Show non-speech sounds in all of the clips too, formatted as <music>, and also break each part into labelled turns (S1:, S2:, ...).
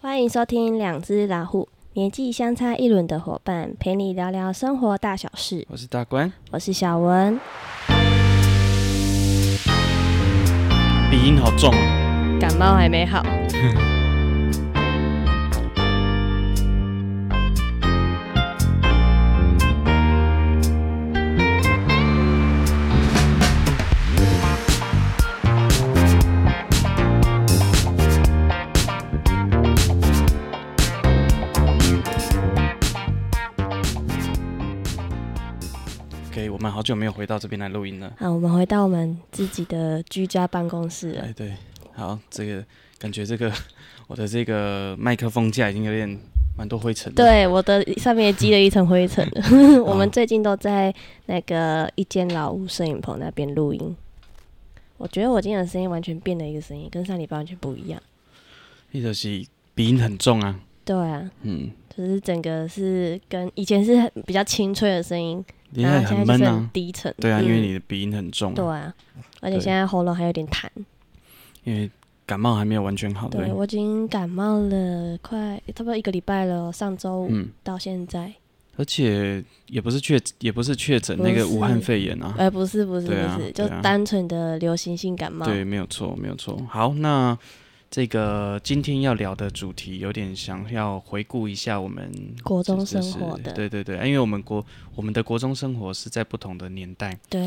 S1: 欢迎收听《两只老虎》，年纪相差一轮的伙伴，陪你聊聊生活大小事。
S2: 我是大官，
S1: 我是小文，
S2: 鼻音好重啊！
S1: 感冒还没好。
S2: OK，我们好久没有回到这边来录音了。
S1: 啊，我们回到我们自己的居家办公室了。
S2: 哎，对，好，这个感觉这个 <laughs> 我的这个麦克风架已经有点蛮多灰尘。，
S1: 对，我的上面也积了一层灰尘。 <laughs> 我们最近都在那个一间老屋摄影棚那边录音。我觉得我今天的声音完全变了一个声音，跟上礼拜完全不一样。
S2: 一直是鼻音很重啊。
S1: 对啊，
S2: 嗯，
S1: 就是整个是跟以前是很比较清脆的声音，
S2: 现
S1: 然
S2: 在
S1: 后现
S2: 很
S1: 在就
S2: 闷
S1: 是很
S2: 啊。
S1: 低沉。
S2: 对啊，因为
S1: 嗯
S2: 你的鼻音很重、
S1: 对
S2: 啊，
S1: 啊，而且
S2: 对
S1: 现在喉咙还有点痰。
S2: 因为感冒还没有完全好。
S1: 对
S2: 对，
S1: 我已经感冒了快差不多一个礼拜了，上周五
S2: 嗯，
S1: 到现在。
S2: 而且也不是确也不是确诊
S1: 不
S2: 那个
S1: 是
S2: 武汉肺炎啊。
S1: 哎、不是不是不
S2: 对啊
S1: 是，
S2: 对
S1: 就
S2: 啊
S1: 单纯的流行性感冒。
S2: 对，没有错，没有错。好，那这个今天要聊的主题有点想要回顾一下我们
S1: 国中
S2: 就
S1: 生
S2: 是
S1: 活的，
S2: 对对对，因为我们国我们的国中生活是在不同的年代，
S1: 对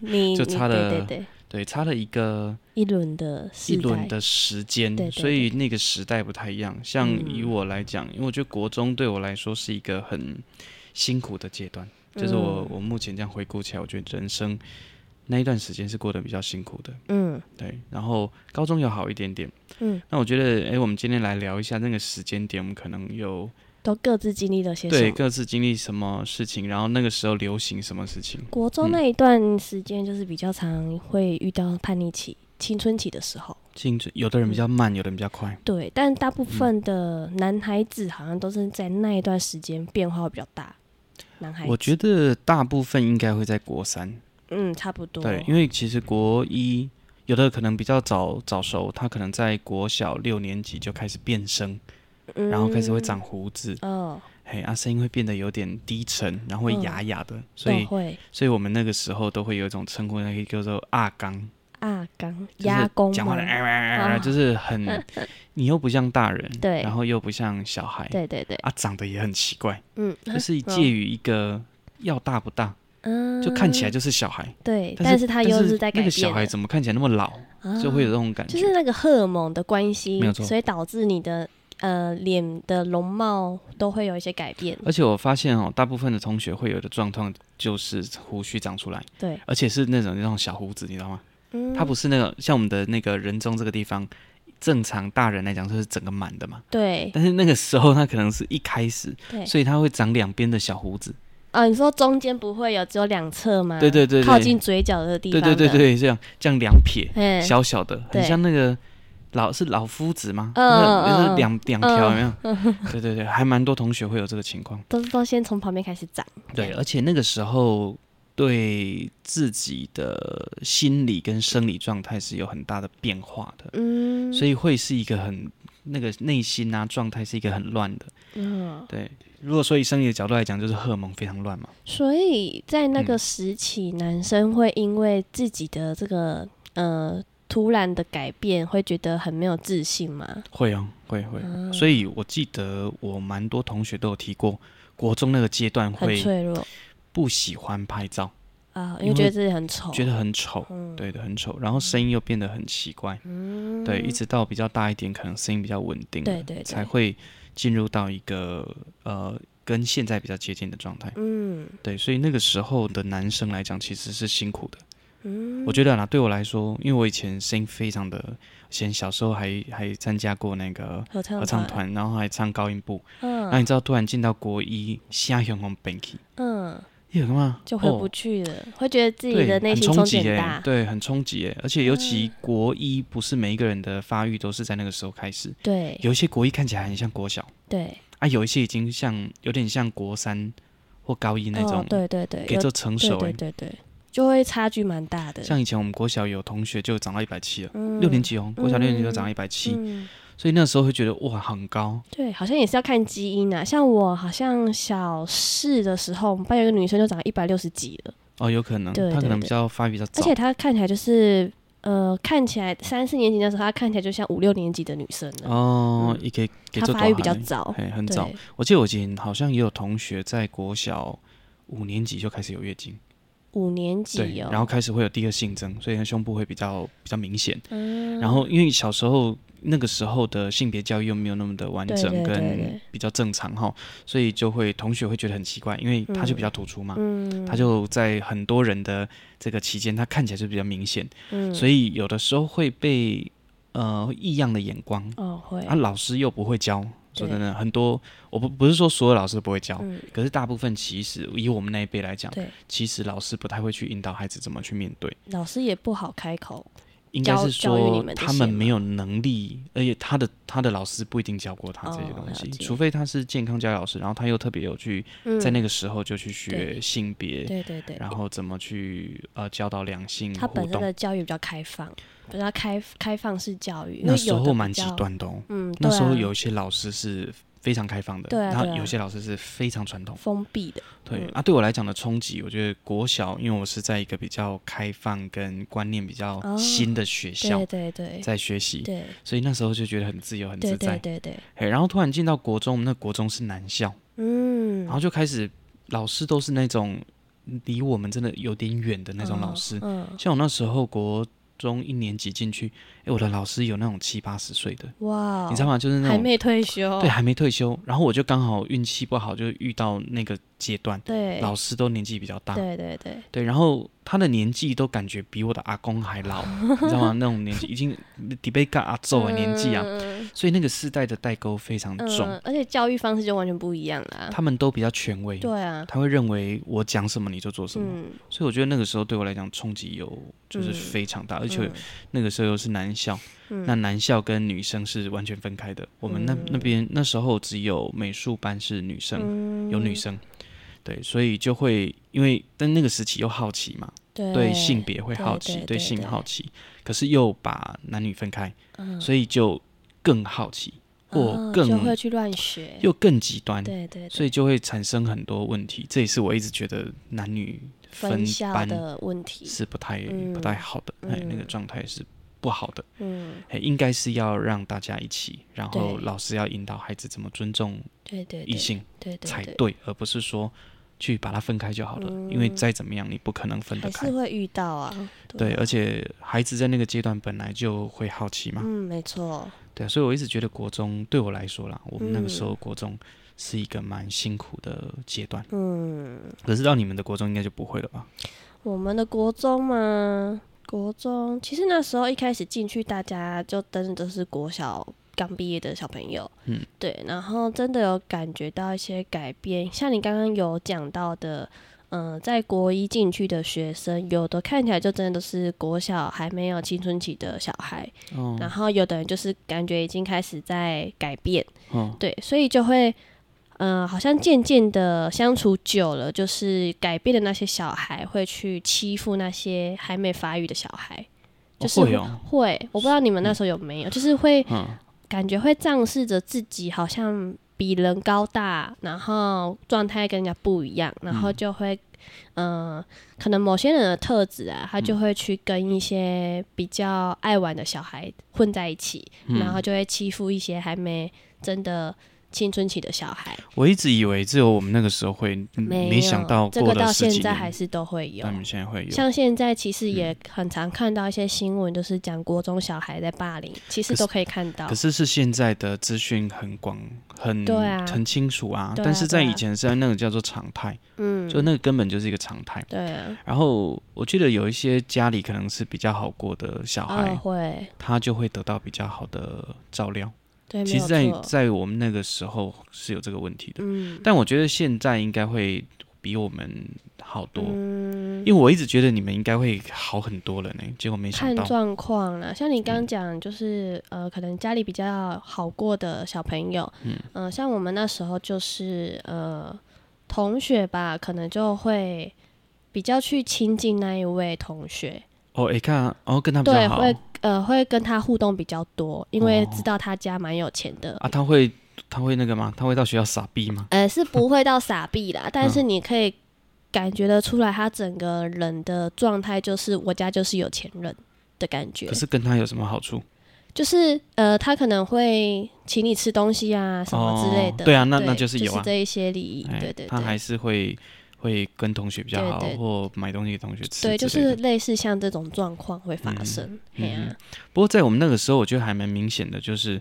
S1: 你
S2: <laughs> 就
S1: 你
S2: 差
S1: 对对
S2: 了
S1: 对，
S2: 对，差了一个
S1: 一轮的
S2: 一
S1: 世代
S2: 轮，的时间，
S1: 对对
S2: 所以那个时代不太一样。像以
S1: 嗯
S2: 我来讲，因为我觉得国中对我来说是一个很辛苦的阶段，就是我、
S1: 嗯
S2: 我目前这样回顾起来，我觉得人生那一段时间是过得比较辛苦的。
S1: 嗯
S2: 对，然后高中有好一点点。
S1: 嗯，
S2: 那我觉得，哎，我们今天来聊一下那个时间点，我们可能有
S1: 都各自经历了些什
S2: 对
S1: 么。
S2: 各自经历什么事情，然后那个时候流行什么事情。
S1: 国中那一段时间就是比较常会遇到叛逆期、青春期的时候，
S2: 进去，有的人比
S1: 嗯
S2: 较慢，有的人比较快。
S1: 对，但大部
S2: 嗯
S1: 分的男孩子好像都是在那一段时间变化比较大。男孩子，
S2: 我觉得大部分应该会在国三，
S1: 嗯，差不多。
S2: 对，因为其实国一有的可能比较早早熟，他可能在国小六年级就开始变声，
S1: 嗯
S2: 然后开始会长胡子，
S1: 哦，
S2: 嘿，啊，声音会变得有点低沉，然后会
S1: 嗯哦
S2: 哑哑的，所
S1: 都
S2: 以，
S1: 会
S2: 所以我们那个时候都会有一种称呼，那个叫做阿刚，
S1: 啊，刚
S2: 就是
S1: 压弓
S2: 讲话的、哎
S1: 吗哦
S2: 就是
S1: <laughs>
S2: 很，你又不像大人，
S1: 对
S2: 然后又不像小孩，
S1: 对对对，
S2: 啊，长得也很奇怪，
S1: 嗯，
S2: 就是
S1: 哦
S2: 介于一个要大不大，
S1: 嗯，
S2: 就看起来就是小孩，
S1: 对，
S2: 但
S1: 是他
S2: 但
S1: 又
S2: 是
S1: 在改
S2: 那
S1: 变
S2: 个
S1: 了，
S2: 小孩怎么看起来那么老，
S1: 啊
S2: 就会有这种感觉。
S1: 就是那个荷尔蒙的关系
S2: 没有，错
S1: 所以导致你的呃脸的容貌都会有一些改变。
S2: 而且我发现哦，大部分的同学会有的状况就是胡须长出来，
S1: 对，
S2: 而且是那种那种小胡子，你知道吗？
S1: 嗯，
S2: 它不是那个像我们的那个人中这个地方，正常大人来讲就是整个满的嘛，
S1: 对
S2: 但是那个时候他可能是一开始，
S1: 对
S2: 所以他会长两边的小胡子。
S1: 啊，你说中间不会有只有两侧吗？
S2: 对对对对
S1: 靠近嘴角的地
S2: 对
S1: 方，
S2: 对对，对，这样这样两撇，
S1: 嗯，
S2: 小小的，很
S1: 对
S2: 像那个老是老夫子吗？
S1: 嗯
S2: 那个
S1: 嗯
S2: 就是
S1: 嗯
S2: 两两条有没有？对对对，还蛮多同学会有这个情况。
S1: 都是都先从旁边开始长。
S2: 对，而且那个时候对自己的心理跟生理状态是有很大的变化的，
S1: 嗯，
S2: 所
S1: 以
S2: 以会是一个很那个内心啊状态是一个很乱的。
S1: 嗯，
S2: 对，如果说以生理的角度来讲，就是荷尔蒙非常乱嘛。
S1: 所以在那
S2: 嗯
S1: 个时期，男生会因为自己的这个呃突然的改变，会觉得很没有自信吗？
S2: 会哦，会会。
S1: 嗯
S2: 所以我记得我蛮多同学都有提过，国中那个阶段
S1: 很
S2: 会
S1: 脆弱
S2: 不喜欢拍照，
S1: 啊，因
S2: 因为
S1: 为觉得自己很丑，
S2: 觉得很丑。
S1: 嗯，
S2: 对的，很丑，然后声音又变得很奇怪，
S1: 嗯，
S2: 对，一直到比较大一点，可能声音比较稳定了，
S1: 对对对
S2: 才会进入到一个呃跟现在比较接近的状态。
S1: 嗯
S2: 对，所以那个时候的男生来讲，其实是辛苦的。
S1: 嗯，
S2: 我觉得啦，对我来说，因为我以前声音非常的，以前小时候还还参加过那个
S1: 合唱
S2: 合唱，团，然后还唱高音部。那、
S1: 嗯
S2: 你知道，突然进到国一，下雄红 Banky，
S1: 嗯，
S2: 你有干嘛？
S1: 就回不
S2: 哦
S1: 去了，会觉得自己
S2: 对
S1: 的内
S2: 很
S1: 心
S2: 冲
S1: 冲
S2: 击
S1: 击
S2: 耶
S1: 很大，嗯
S2: 对，很冲击耶。而且尤其国一，不是每一个人的发育都是在那个时候开始，
S1: 对
S2: 有一些国一看起来很像国小
S1: 对，
S2: 啊，有一些已经像有点像国三或高一那种，
S1: 哦，对对对，
S2: 可以
S1: 有
S2: 做成
S1: 对
S2: 熟
S1: 对
S2: 哎。
S1: 对对，就会差距蛮大的，
S2: 像以前我们国小有同学就长到一百七了，
S1: 嗯
S2: 六年级哦，国小六年级就长到一百七，
S1: 嗯
S2: 所以那时候会觉得哇很高，
S1: 对，好像也是要看基因啊。像我好像小四的时候，我们班有一个女生就长一百六十几了，
S2: 哦，有可能
S1: 对
S2: 他可
S1: 对
S2: 能
S1: 对
S2: 比较发育比较
S1: 而
S2: 早
S1: 且，她看起来就是呃，看起来三四年级的时候，她看起来就像五六年级的女生了。
S2: 哦，也可以给
S1: 她
S2: 做
S1: 发育比较早，
S2: 哎，很
S1: 对，
S2: 早。我记得我以前好像也有同学在国小五年级就开始有月经，
S1: 五年
S2: 对
S1: 级，哦。
S2: 然后开始会有第二性征，所以胸部会比较比较明显。
S1: 嗯，
S2: 然后因为小时候那个时候的性别教育又没有那么的完
S1: 对
S2: 整
S1: 对对
S2: 跟
S1: 对
S2: 比较正常哈，所以就会同学会觉得很奇怪，因为他就比较突出嘛，
S1: 嗯，
S2: 他就在很多人的这个期间，他看起来就比较明显，
S1: 嗯，
S2: 所以有的时候会被呃异样的眼光，
S1: 哦会
S2: 啊，老师又不会教。说
S1: 对
S2: 真的，很多我不不是说所有老师都不会教，
S1: 嗯
S2: 可是大部分其实以我们那一辈来讲，
S1: 对，
S2: 其实老师不太会去引导孩子怎么去面对。
S1: 老师也不好开口，
S2: 应该是
S1: 教教育你
S2: 说
S1: 们这些
S2: 他们没有能力，而且他的他的老师不一定教过他这些
S1: 哦
S2: 东西，
S1: 了解
S2: 除非他是健康教育老师，然后他又特别有去、
S1: 嗯，
S2: 在那个时候就去学
S1: 对
S2: 性别，
S1: 对对对，
S2: 然后怎么去呃教导两性
S1: 他
S2: 互
S1: 本身
S2: 动，
S1: 的教育比较开放，比较开开放式教育，因
S2: 那
S1: 为
S2: 时
S1: 有的
S2: 候
S1: 比
S2: 蛮极
S1: 较，
S2: 端的哦，
S1: 嗯，对
S2: 那时候
S1: 啊
S2: 有一些老师是。非常开放的，
S1: 对啊
S2: 然后
S1: 对啊
S2: 有些老师是非常传统。
S1: 封闭的，
S2: 对
S1: 嗯
S2: 啊，对我来讲的冲击，我觉得国小，因为我是在一个比较开放跟观念比较
S1: 哦
S2: 新的学校、
S1: 对对对
S2: 在学习，
S1: 对
S2: 所以那时候就觉得很自由、很
S1: 对
S2: 自在
S1: 对。对对，
S2: 嘿，然后突然进到国中，我们那国中是男校，
S1: 嗯，
S2: 然后就开始老师都是那种离我们真的有点远的那种老
S1: 嗯
S2: 师。
S1: 嗯，
S2: 像我那时候国中一年级进去，哎，我的老师有那种七八十岁的，
S1: 哇，哦
S2: 你知道吗？就是那
S1: 还
S2: 种
S1: 没哦退休，
S2: 对还没退休，然后我就刚好运气不好，就遇到那个阶段，
S1: 对
S2: 老师都年纪比较大，
S1: 对对对，
S2: 对，然后他的年纪都感觉比我的阿公还老，你知
S1: <laughs>
S2: 道吗？那种年纪已经底背干阿祖的年纪啊，
S1: 嗯
S2: 所以那个世代的代沟非常重。
S1: 嗯，而且教育方式就完全不一样啦，
S2: 他们都比较权威，
S1: 嗯对啊，
S2: 他会认为我讲什么你就做什么，
S1: 嗯，
S2: 所以我觉得那个时候对我来讲冲击有就是
S1: 嗯
S2: 非常大，而
S1: 而
S2: 且那个时候又是男校，那男校跟女生是完全分开的。我们那、
S1: 嗯
S2: 那边那时候只有美术班是女生，
S1: 嗯
S2: 有女，生，对，所以就会因为但那个时期又好奇嘛，
S1: 对
S2: 对性别会好奇，
S1: 哎对对对
S2: 性
S1: 对
S2: 好奇，可是又把男女分开，
S1: 嗯
S2: 所以就更好奇，或
S1: 哦
S2: 更、
S1: 就会去乱学，
S2: 又更极端，
S1: 对对对，
S2: 所以就会产生很多问题。这也是我一直觉得男女分
S1: 分校
S2: 班
S1: 的问题，
S2: 是不太、
S1: 嗯
S2: 不太好的，哎、那个
S1: 嗯
S2: 状态是不好的，
S1: 嗯，
S2: 哎，应该是要让大家一起，然后
S1: 对
S2: 老师要引导孩子怎么尊重
S1: 对对，
S2: 异
S1: 对
S2: 性
S1: 对对
S2: 才
S1: 对，
S2: 而不是说去把它分开就好了，因为
S1: 嗯
S2: 再怎么样你不可能分得
S1: 还
S2: 开
S1: 是。会遇到啊，
S2: 对，
S1: 啊
S2: 而且孩子在那个阶段本来就会好奇嘛，
S1: 嗯，没错，
S2: 对啊，所以我一直觉得国中对我来说啦，我们那个时
S1: 嗯
S2: 候国中是一个蛮辛苦的阶段。
S1: 嗯，
S2: 可是到你们的国中应该就不会了吧？
S1: 我们的国中嘛，国中其实那时候一开始进去，大家就真的都是国小刚毕业的小朋友，
S2: 嗯，
S1: 对，然后真的有感觉到一些改变，像你刚刚有讲到的。嗯，在国一进去的学生，有的看起来就真的都是国小还没有青春期的小孩，
S2: 哦
S1: 然后有的人就是感觉已经开始在改变，
S2: 哦，
S1: 对，所以就会，呃，好像渐渐的相处久了，就是改变的那些小孩会去欺负那些还没发育的小孩，就是
S2: 会哦，
S1: 会，我不知道你们那时候有没有，就是会
S2: 嗯，
S1: 感觉会仗势着自己好像比人高大，然后状态跟人家不一样，然后就会，嗯、可能某些人的特质啊，他
S2: 嗯
S1: 就会去跟一些比较爱玩的小孩混在一起，
S2: 嗯
S1: 然后就会欺负一些还没真的青春期的小孩。
S2: 我一直以为只有我们那个时候会，嗯没
S1: 有
S2: 想到
S1: 这
S2: 过
S1: 个
S2: 了
S1: 到
S2: 十
S1: 现
S2: 几
S1: 在
S2: 年，
S1: 还是都会有
S2: 但。你们现在会有。嗯
S1: 像现在其实也很常看到一些新闻，就是讲国中小孩在霸凌，其实
S2: 可是
S1: 都可以看到
S2: 可。是是现在的资讯很广，很
S1: 对啊
S2: 很清楚啊。
S1: 对啊
S2: 但是在
S1: 对啊
S2: 以前是在那个叫做常态，
S1: 嗯，
S2: 就那个根本就是一个常态。
S1: 对啊，
S2: 然后我记得有一些家里可能是比较好过的小孩，
S1: 啊会，
S2: 他就会得到比较好的照料。
S1: 对，没
S2: 其
S1: 有
S2: 实在，在
S1: 错
S2: 我们那个时候是有这个问题的，
S1: 嗯，
S2: 但我觉得现在应该会比我们好多，
S1: 嗯
S2: 因为我一直觉得你们应该会好很多了呢，结果没想
S1: 看
S2: 到。嗯
S1: 状况啦，像你刚刚讲，就是、呃，可能家里比较好过的小朋友，嗯、呃，像我们那时候就是呃，同学吧，可能就会比较去亲近那一位同学，
S2: 哦，哎看，然后跟他比
S1: 对，
S2: 较好
S1: 会呃会跟他互动比较多，因为
S2: 哦
S1: 知道他家蛮有钱的。
S2: 啊，他会他会那个吗？他会到学校傻逼吗？
S1: 呃，是不会到傻逼啦，但
S2: 嗯
S1: 是你可以感觉得出来，他整个人的状态就是我家就是有钱人的感觉
S2: 可，是跟他有什么好处？
S1: 就是呃，他可能会请你吃东西啊什么之类的。
S2: 哦对啊那
S1: 对
S2: 那就是有啊
S1: 这一些礼仪，
S2: 哎
S1: 对对
S2: 他还
S1: 对，
S2: 是会会跟同学比较好，
S1: 对对
S2: 或买东西给同学吃之类
S1: 对，
S2: 的。
S1: 就是类似像这种状况会发生。嘿
S2: 嗯
S1: 啊，
S2: 不过在我们那个时候，我觉得还蛮明显的，就是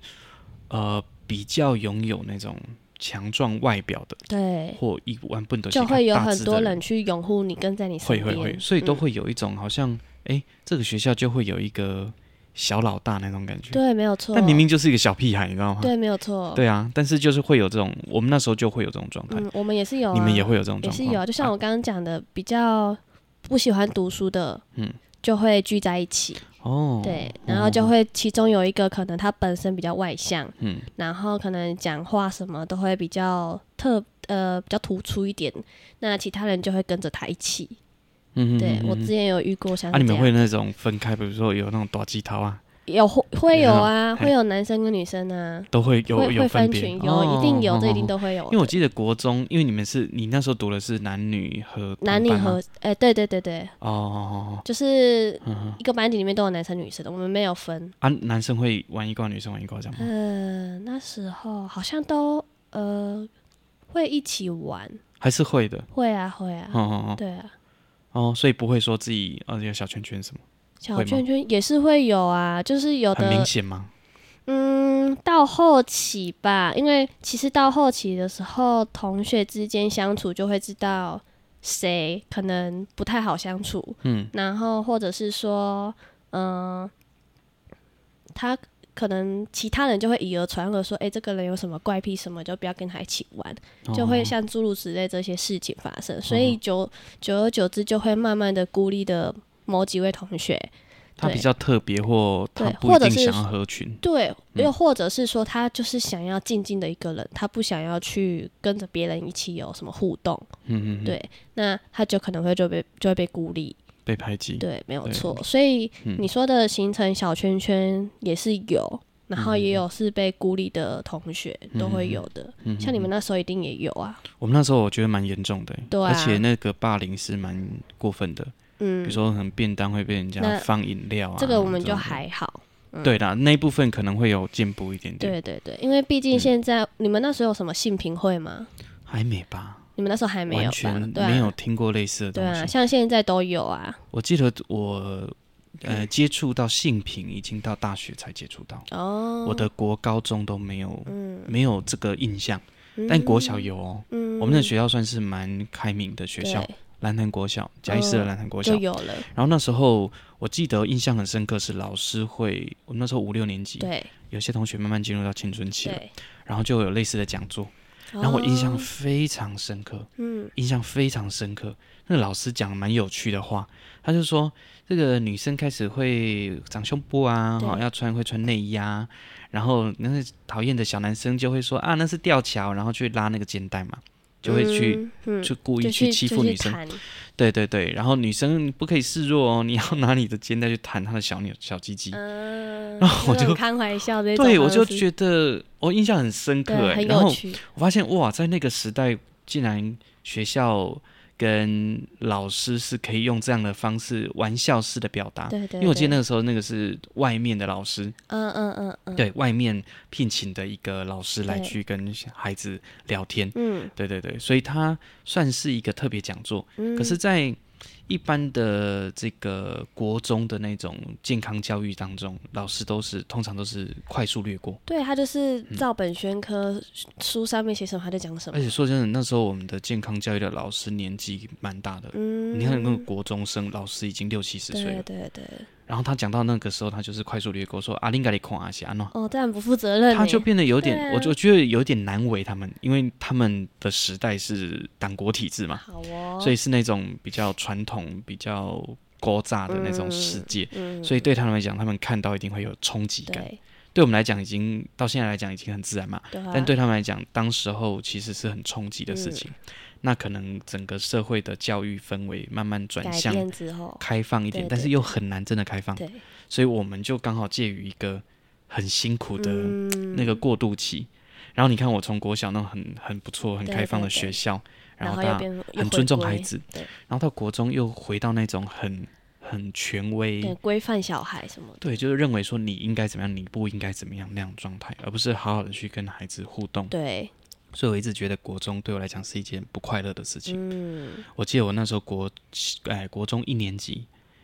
S2: 呃，比较拥有那种强壮外表的，
S1: 对，
S2: 或一万不得
S1: 就会有很多人去拥护你，跟在你身
S2: 会
S1: 边。
S2: 会会，所以都
S1: 嗯
S2: 会有一种好像哎、诶这个学校就会有一个小老大那种感觉。
S1: 对，没有错。
S2: 但明明就是一个小屁孩，你知道吗？
S1: 对，没有错。
S2: 对啊，但是就是会有这种，我们那时候就会有这种状态，
S1: 嗯，我们也是有、啊，
S2: 你们也会有这种
S1: 也
S2: 状
S1: 是
S2: 况，
S1: 有啊，就像
S2: 啊
S1: 我刚刚讲的，比较不喜欢读书的，
S2: 嗯
S1: 就会聚在一起，
S2: 哦，
S1: 对，然后就会其中有一个可能他本身比较外向，
S2: 嗯，
S1: 然后可能讲话什么都会比较特呃比较突出一点，那其他人就会跟着他一起。
S2: 嗯，嗯
S1: 对
S2: 嗯
S1: 我
S2: 嗯
S1: 之前有遇过像
S2: 啊，
S1: 是
S2: 你
S1: 这
S2: 们
S1: 样，
S2: 会那种分开，比如说有那种短鸡头啊，
S1: 有会会有啊，
S2: 哦嘿
S1: 会有男生跟女生啊，
S2: 都会有
S1: 会
S2: 有
S1: 会分
S2: 别，
S1: 群，有
S2: 哦
S1: 一定有，这一定。
S2: 哦哦
S1: 都会有的，
S2: 因为我记得国中，因为你们是你那时候读的是男女合同
S1: 男女
S2: 班吗
S1: 合，哎，对对对对，
S2: 哦哦哦
S1: 就是
S2: 哦啊嗯嗯
S1: 一个班级里面都有男生女生的，我们没有分。
S2: 啊，男生会玩一挂，女生玩一挂这样吗？嗯
S1: 呃，那时候好像都呃会一起玩，
S2: 还是会的，
S1: 会啊会啊，
S2: 哦哦
S1: 对啊，
S2: 哦哦，所以不会说自己哦有小圈圈什么，
S1: 小
S2: 会吗
S1: 圈圈也是会有啊，就是有
S2: 很明
S1: 的，
S2: 显吗？
S1: 嗯，到后期吧，因为其实到后期的时候，同学之间相处就会知道谁可能不太好相处，
S2: 嗯，
S1: 然后或者是说，嗯、他。可能其他人就会以讹传讹，说，哎、这个人有什么怪癖什么，就不要跟他一起玩。就会
S2: 哦
S1: 像诸如此类这些事情发生，所以久久而久之就会慢慢的孤立的某几位同学，
S2: 他比
S1: 对
S2: 较特别，或他
S1: 对
S2: 不一
S1: 或者
S2: 定
S1: 是
S2: 想要合群，
S1: 对，
S2: 嗯
S1: 又或者是说他就是想要静静的一个人，他不想要去跟着别人一起有什么互动，
S2: 嗯嗯，嗯，
S1: 对，那他就可能会就被就会被孤立，
S2: 被排挤，
S1: 对，没有
S2: 嗯对
S1: 错，所以
S2: 嗯
S1: 你说的形成小圈圈也是有。然
S2: 嗯
S1: 后也有是被孤立的同学都会有的，
S2: 嗯，
S1: 像你们
S2: 嗯
S1: 那时候一定也有啊，
S2: 嗯我们那时候我觉得蛮严重的，
S1: 对啊
S2: 而且那个霸凌是蛮过分的，比
S1: 嗯
S2: 如，说可能便当会被人家
S1: 那
S2: 放饮料啊，
S1: 这个我们
S2: 这
S1: 就
S2: 种的
S1: 还好，
S2: 对啦，那一部分可能会有进步一点点，
S1: 对
S2: 嗯
S1: 对对，因为毕竟现在、你们那时候有什么性评会吗？
S2: 还没吧，
S1: 你们那时候还没有
S2: 完
S1: 吧
S2: 全？
S1: 对
S2: 没有
S1: 啊，
S2: 听过类似的
S1: 对
S2: 东
S1: 啊，
S2: 西。
S1: 像现在都有啊。
S2: 我记得我
S1: 嗯
S2: 呃接触到性平已经到大学才接触到，
S1: 哦，
S2: 我的国高中都没有
S1: 嗯，
S2: 没有这个印象，
S1: 嗯
S2: 但国小，有哦。
S1: 嗯
S2: 我们的学校算是蛮开明的学校，
S1: 对
S2: 蓝潭国小，嘉义市的
S1: 嗯
S2: 蓝潭国小
S1: 就。有了，
S2: 然后那时候我记得印象很深刻是老师会，我们那时候五六年级，
S1: 对
S2: 有些同学慢慢进入到青春期了，
S1: 对。
S2: 然后就有类似的讲座，然后我印象
S1: 哦，
S2: 非常深刻，
S1: 嗯，
S2: 印象非常深刻。那个老师讲蛮有趣的话，他就说这个女生开始会长胸部啊，
S1: 对
S2: 哈、要穿会穿内衣啊，然后那个讨厌的小男生就会说啊，那是吊桥，然后去拉那个肩带嘛，就会去、
S1: 嗯，嗯
S2: 就故意
S1: 就
S2: 去
S1: 去
S2: 欺
S1: 就
S2: 负
S1: 去
S2: 女生，
S1: 谈
S2: 对对对，然后女生不可以示弱哦，你要拿你的肩带去弹她的小扭小鸡鸡。
S1: 嗯，
S2: <laughs> 然后我
S1: 那种
S2: 就
S1: 开怀笑
S2: <laughs>
S1: 这种方式，
S2: 对，我就觉得我印象很深刻
S1: 对
S2: 哎，
S1: 很
S2: 然后
S1: 有趣，
S2: 我发现哇，在那个时代，竟然学校跟老师是可以用这样的方式玩笑式的表达。
S1: 对对。
S2: 啊因为我记得那
S1: 对，
S2: 个时候，那个是外面的老师，
S1: 嗯嗯嗯嗯，，
S2: 对外面聘请的一个老师来
S1: 对
S2: 去跟孩子聊天，
S1: 嗯
S2: 对对对，所以他算是一个特别讲座。
S1: 嗯，
S2: 可是，在一般的这个国中的那种健康教育当中，老师都是通常都是快速略过，
S1: 对他就是
S2: 嗯
S1: 照本宣科，书上面写什么他就讲什么
S2: 而，且说真的，那时候我们的健康教育的老师年纪蛮大的，
S1: 嗯，
S2: 你看那个国中生老师已经六七十岁
S1: 对
S2: 了，
S1: 对对，
S2: 然后他讲到那个时候，他就是快速略过说啊，应该得看阿西安诺，
S1: 哦，这样不负责任欸，
S2: 他就变得有点，
S1: 对啊
S2: 我就觉得有点难为他们，因为他们的时代是党国体制嘛，
S1: 好哦，
S2: 所以是那种比较传统、比较高炸的那种世界，
S1: 嗯，
S2: 所以对他们来讲，他们看到一定会有冲击感。
S1: 对
S2: 对我们来讲已经到现在来讲已经很自然嘛，
S1: 对啊，嗯
S2: 但对他们来讲，当时候其实是很冲击的事情。那可能整个社会的教育氛围慢慢转
S1: 改
S2: 向
S1: 变之后，
S2: 开放一点，
S1: 对
S2: 但
S1: 对
S2: 是又很难真的开放，
S1: 对，
S2: 所以我们就刚好介于一个很辛苦的
S1: 嗯
S2: 那个过渡期。然后你看，我从国小那种很很不错、很
S1: 对
S2: 开放的
S1: 对对
S2: 学校，
S1: 然
S2: 后
S1: 又
S2: 大家
S1: 变
S2: 很尊重孩，子，
S1: 对
S2: 然后到国中又回到那种很很权威
S1: 又回归对，规范小孩什么的，
S2: 对，就是认为说你应该怎么样，你不应该怎么样那种状态，而不是好好的去跟孩子互动。
S1: 对，
S2: 所以我一直觉得国中对我来讲是一件不快乐的事情。
S1: 嗯，
S2: 我记得我那时候国，哎，国中一年级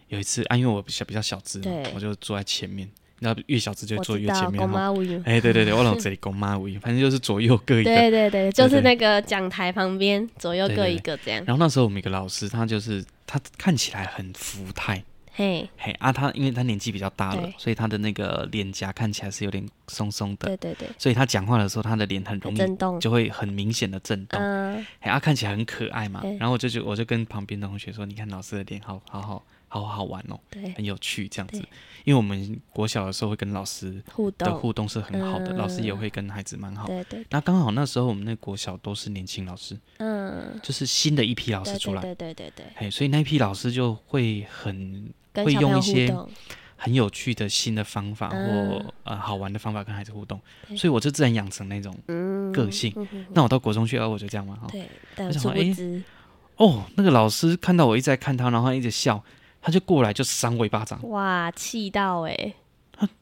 S2: 有一次，啊，因为我比较比较小资嘛
S1: 对，
S2: 我就坐在前面，你知道越小资就
S1: 我
S2: 坐
S1: 知
S2: 越
S1: 道
S2: 前面
S1: 公
S2: 哈。
S1: 妈无云，
S2: 哎，对对对，我老这里公妈无反正就是左右各一个。
S1: 对对对，就是
S2: 对
S1: 那个讲台旁边左右
S2: 对
S1: 各
S2: 对
S1: 一个这样，
S2: 然后那时候我们一个老师，他就是他看起来很福态，
S1: 嘿，
S2: 嘿啊他，因为他年纪比较大了
S1: 对，
S2: 所以他的那个脸颊看起来是有点松松的，
S1: 对对对，
S2: 所以他讲话的时候，他的脸很容易
S1: 震动，
S2: 就会很明显的震动。
S1: 嗯，
S2: 哎，啊，看起来很可爱嘛
S1: 对。
S2: 然后我就觉，我就跟旁边的同学说：“你看老师的脸好，好好好，好好玩哦，
S1: 对，
S2: 很有趣这样子
S1: 对。”
S2: 因为我们国小的时候会跟老师
S1: 互
S2: 的
S1: 动，
S2: 互动是很好的，
S1: 嗯
S2: 老师也会跟孩子蛮好。
S1: 对对，
S2: 那刚好那时候我们那国小都是年轻老师，
S1: 嗯，
S2: 就是新的一批老
S1: 对
S2: 师出来，
S1: 对对对对对，
S2: 哎，所以那一批老师就会很
S1: 跟
S2: 会
S1: 小
S2: 用
S1: 朋友
S2: 一些
S1: 互动，
S2: 很有趣的新的方法
S1: 嗯
S2: 或呃好玩的方法跟孩子互动，
S1: 对
S2: 所以我就自然养成那种
S1: 嗯，
S2: 个性。
S1: 嗯哼哼
S2: 那我到国中去，哦，我就这样嘛，哈。
S1: 对，但
S2: 我想
S1: 殊
S2: 说
S1: 不
S2: 诶
S1: 知，
S2: 哦，那个老师看到我一直在看他，然后他一直笑，他就过来就扇我一巴掌，
S1: 哇，气到哎，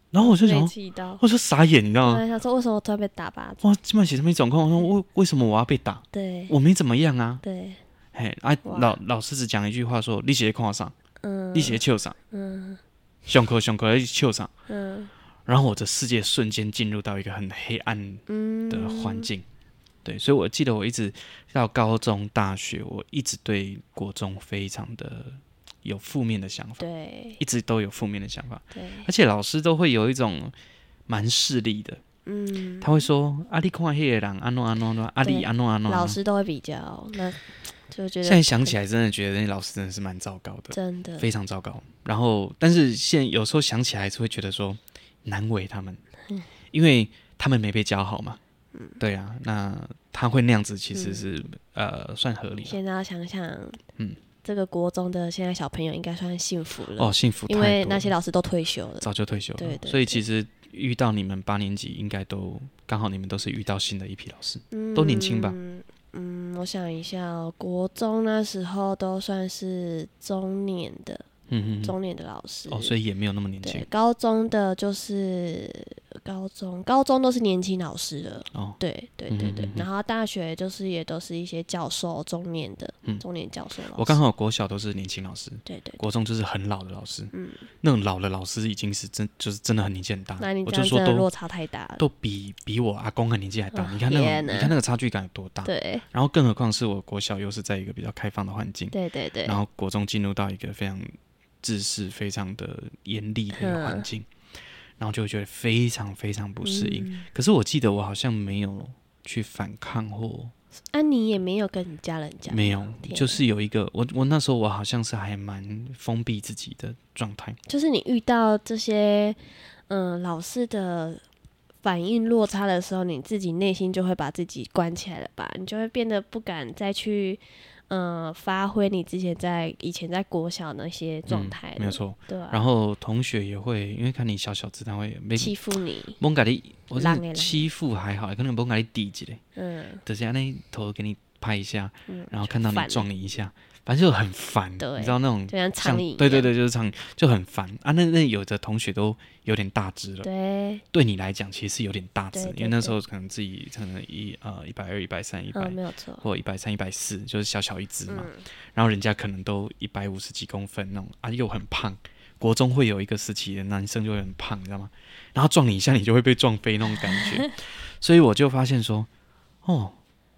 S2: 然后我就想
S1: 被
S2: 说，
S1: 气到，
S2: 我就傻眼，你知道
S1: 我
S2: 吗？
S1: 还想说为什么我突然被打巴掌？
S2: 哇，基本写这么一种控，我说为为什么我要被打？
S1: 对
S2: 我没怎么样啊，
S1: 对，
S2: 嘿，啊
S1: 哇
S2: 老老师只讲一句话说，你写看上，
S1: 嗯
S2: 你写笑上，
S1: 嗯
S2: 胸口胸口笑上，
S1: 嗯
S2: 然后我的世界瞬间进入到一个很黑暗
S1: 嗯
S2: 的环境。对，所以我记得我一直到高中、大学，我一直对国中非常的有负面的想法，
S1: 对
S2: 一直都有负面的想法。
S1: 对，
S2: 而且老师都会有一种蛮势利的，
S1: 嗯，
S2: 他会说：“啊，你看迄个人安诺安诺安诺，啊你
S1: 对
S2: 安诺安诺。”
S1: 老师都会比较，那就觉
S2: 现
S1: 得
S2: 在想起来，真的觉得那老师真的是蛮糟糕的，
S1: 真的
S2: 非常糟糕。然后，但是现在有时候想起来还是会觉得说难为他们，
S1: 嗯
S2: 因为他们没被教好嘛。对啊，那他会那样子，其实是呃算合理了
S1: 嗯现在要想想，
S2: 嗯，
S1: 这个国中的现在小朋友应该算幸福了，
S2: 哦，幸福太
S1: 因
S2: 多了，
S1: 为那些老师都退休了。
S2: 早就退休了，
S1: 对对
S2: 所
S1: 对
S2: 以其实遇到你们八年级，应该都刚好你们都是遇到新的一批老师，
S1: 嗯
S2: 都年轻吧？
S1: 嗯，我想一下、哦，国中那时候都算是中年的、
S2: 嗯嗯嗯，
S1: 中年的老师
S2: 哦，所以也没有那么年轻
S1: 对，高中的就是高中，高中都是年轻老师了。
S2: 哦，
S1: 对对
S2: 嗯
S1: 对
S2: 嗯
S1: 对，
S2: 嗯嗯
S1: 然后大学就是也都是一些教授，中年的、
S2: 嗯
S1: 中年教授老师。
S2: 我刚好国小都是年轻老师，
S1: 对对对
S2: 国中就是很老的老师，
S1: 嗯，
S2: 那种老的老师已经是真就是真的很年纪很大，
S1: 那你
S2: 我
S1: 这
S2: 就
S1: 样
S2: 说
S1: 真的落
S2: 都
S1: 差太大了。
S2: 都比比我阿公还年纪还大，
S1: 哦
S2: 你看那
S1: 天
S2: 种
S1: 哪
S2: 你看那个差距感有多大，
S1: 对
S2: 然后更何况是我国小又是在一个比较开放的环境，
S1: 对对对，
S2: 然后国中进入到一个非常制式、非常的严厉的一个环
S1: 嗯
S2: 境，然后就会觉得非常非常不适应。
S1: 嗯
S2: 可是我记得我好像没有去反抗或
S1: 啊，你也没有跟你家人讲，啊
S2: 没有，
S1: 天
S2: 就是有一个我我那时候我好像是还蛮封闭自己的状态。
S1: 就是你遇到这些嗯、呃老师的反应落差的时候，你自己内心就会把自己关起来了吧？你就会变得不敢再去嗯、呃发挥你之前在以前在国小那些状态、
S2: 嗯没有，错，
S1: 对啊，
S2: 然后同学也会，因为看你小小子，他会被
S1: 欺负你，
S2: 蒙咖喱，我
S1: 人的
S2: 是
S1: 人
S2: 欺负还好，可能蒙咖喱抵起来，
S1: 嗯
S2: 就是安那头给你拍一下，
S1: 嗯，
S2: 然后看到你
S1: 烦了
S2: 撞你一下，反正就很烦，
S1: 对
S2: 你知道那种
S1: 就像
S2: 像
S1: 苍蝇一样，
S2: 对对对，就是苍蝇，就很烦啊。那那有的同学都有点大只了，
S1: 对，
S2: 对你来讲其实是有点大只，
S1: 嗯对对
S2: 因为那时候可能自己可能一呃一百二、一百三、一百
S1: 嗯，没有错，
S2: 或一百三、一百四，就是小小一只嘛。
S1: 嗯
S2: 然后人家可能都一百五十几公分那种啊，又很胖。国中会有一个时期的男生就会很胖，你知道吗？然后撞你一下，你就会被撞飞那种感
S1: <laughs>
S2: 觉。所以我就发现说，哦，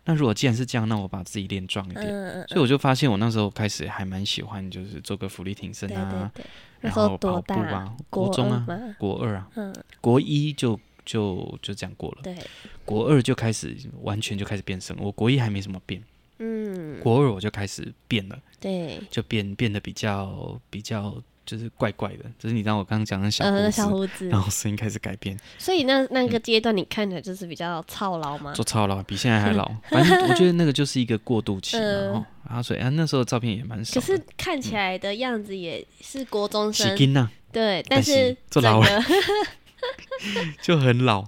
S2: 那如果既然是这样，那我把自己练壮一点。
S1: 嗯嗯
S2: 所以我就发现，我那时候开始还蛮喜欢，就是做个浮力挺身
S1: 对对
S2: 啊，
S1: 对，那
S2: 然
S1: 时候
S2: 后
S1: 多
S2: 跑步
S1: 大
S2: 啊，
S1: 国
S2: 国中
S1: 二
S2: 啊，
S1: 吗？
S2: 国二啊，
S1: 嗯，
S2: 国一就就就这样过了，
S1: 对，
S2: 国二就开始完全就开始变身了。我国一还没什么变，
S1: 嗯，
S2: 国二我就开始变了，
S1: 对，
S2: 就变变得比较比较就是怪怪的，就是你知道我刚刚讲的小
S1: 呃，小嗯
S2: 胡子，
S1: 胡
S2: <laughs>
S1: 子
S2: 然，后声音开始改变，
S1: 所以那那个阶段你看起来就是比较操劳嘛，
S2: 嗯做超老，比现在还老。 <laughs> 反正我觉得那个就是一个过渡期嘛，
S1: <laughs> 嗯
S2: 哦，啊，所以啊那时候照片也蛮少
S1: 可
S2: 的。
S1: 是看起来的样子也是国中
S2: 洗
S1: 生，
S2: 金啊呐，
S1: 对，
S2: 但
S1: 但
S2: 是
S1: 是
S2: 做
S1: 整
S2: 老
S1: 个
S2: 就很老，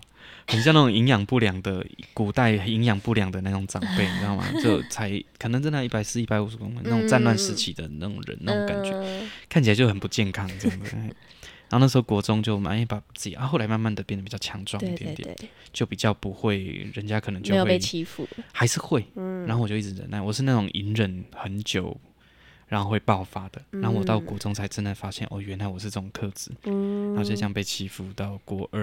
S2: 很像那种营养不良的古代营养不良的那种长
S1: <laughs>
S2: 辈，你知道吗？就才可能真的一百四、一百五十公分那种战乱时期的那种人，那种感觉，
S1: 嗯
S2: 看起来就很不健康这样子。哎然后那时候国中就蛮爱把自己啊，后来慢慢的变得比较强壮一
S1: 对
S2: 点
S1: 对
S2: 点，
S1: 对，
S2: 就比较不会，人家可能就
S1: 没有被嗯
S2: 会
S1: 欺负，
S2: 还是会，然后我就一直忍耐，我是那种隐忍很久，然后会爆发的。
S1: 嗯
S2: 然后我到国中才真的发现，哦，原来我是这种特质，
S1: 嗯
S2: 然后就这样被欺负到国二，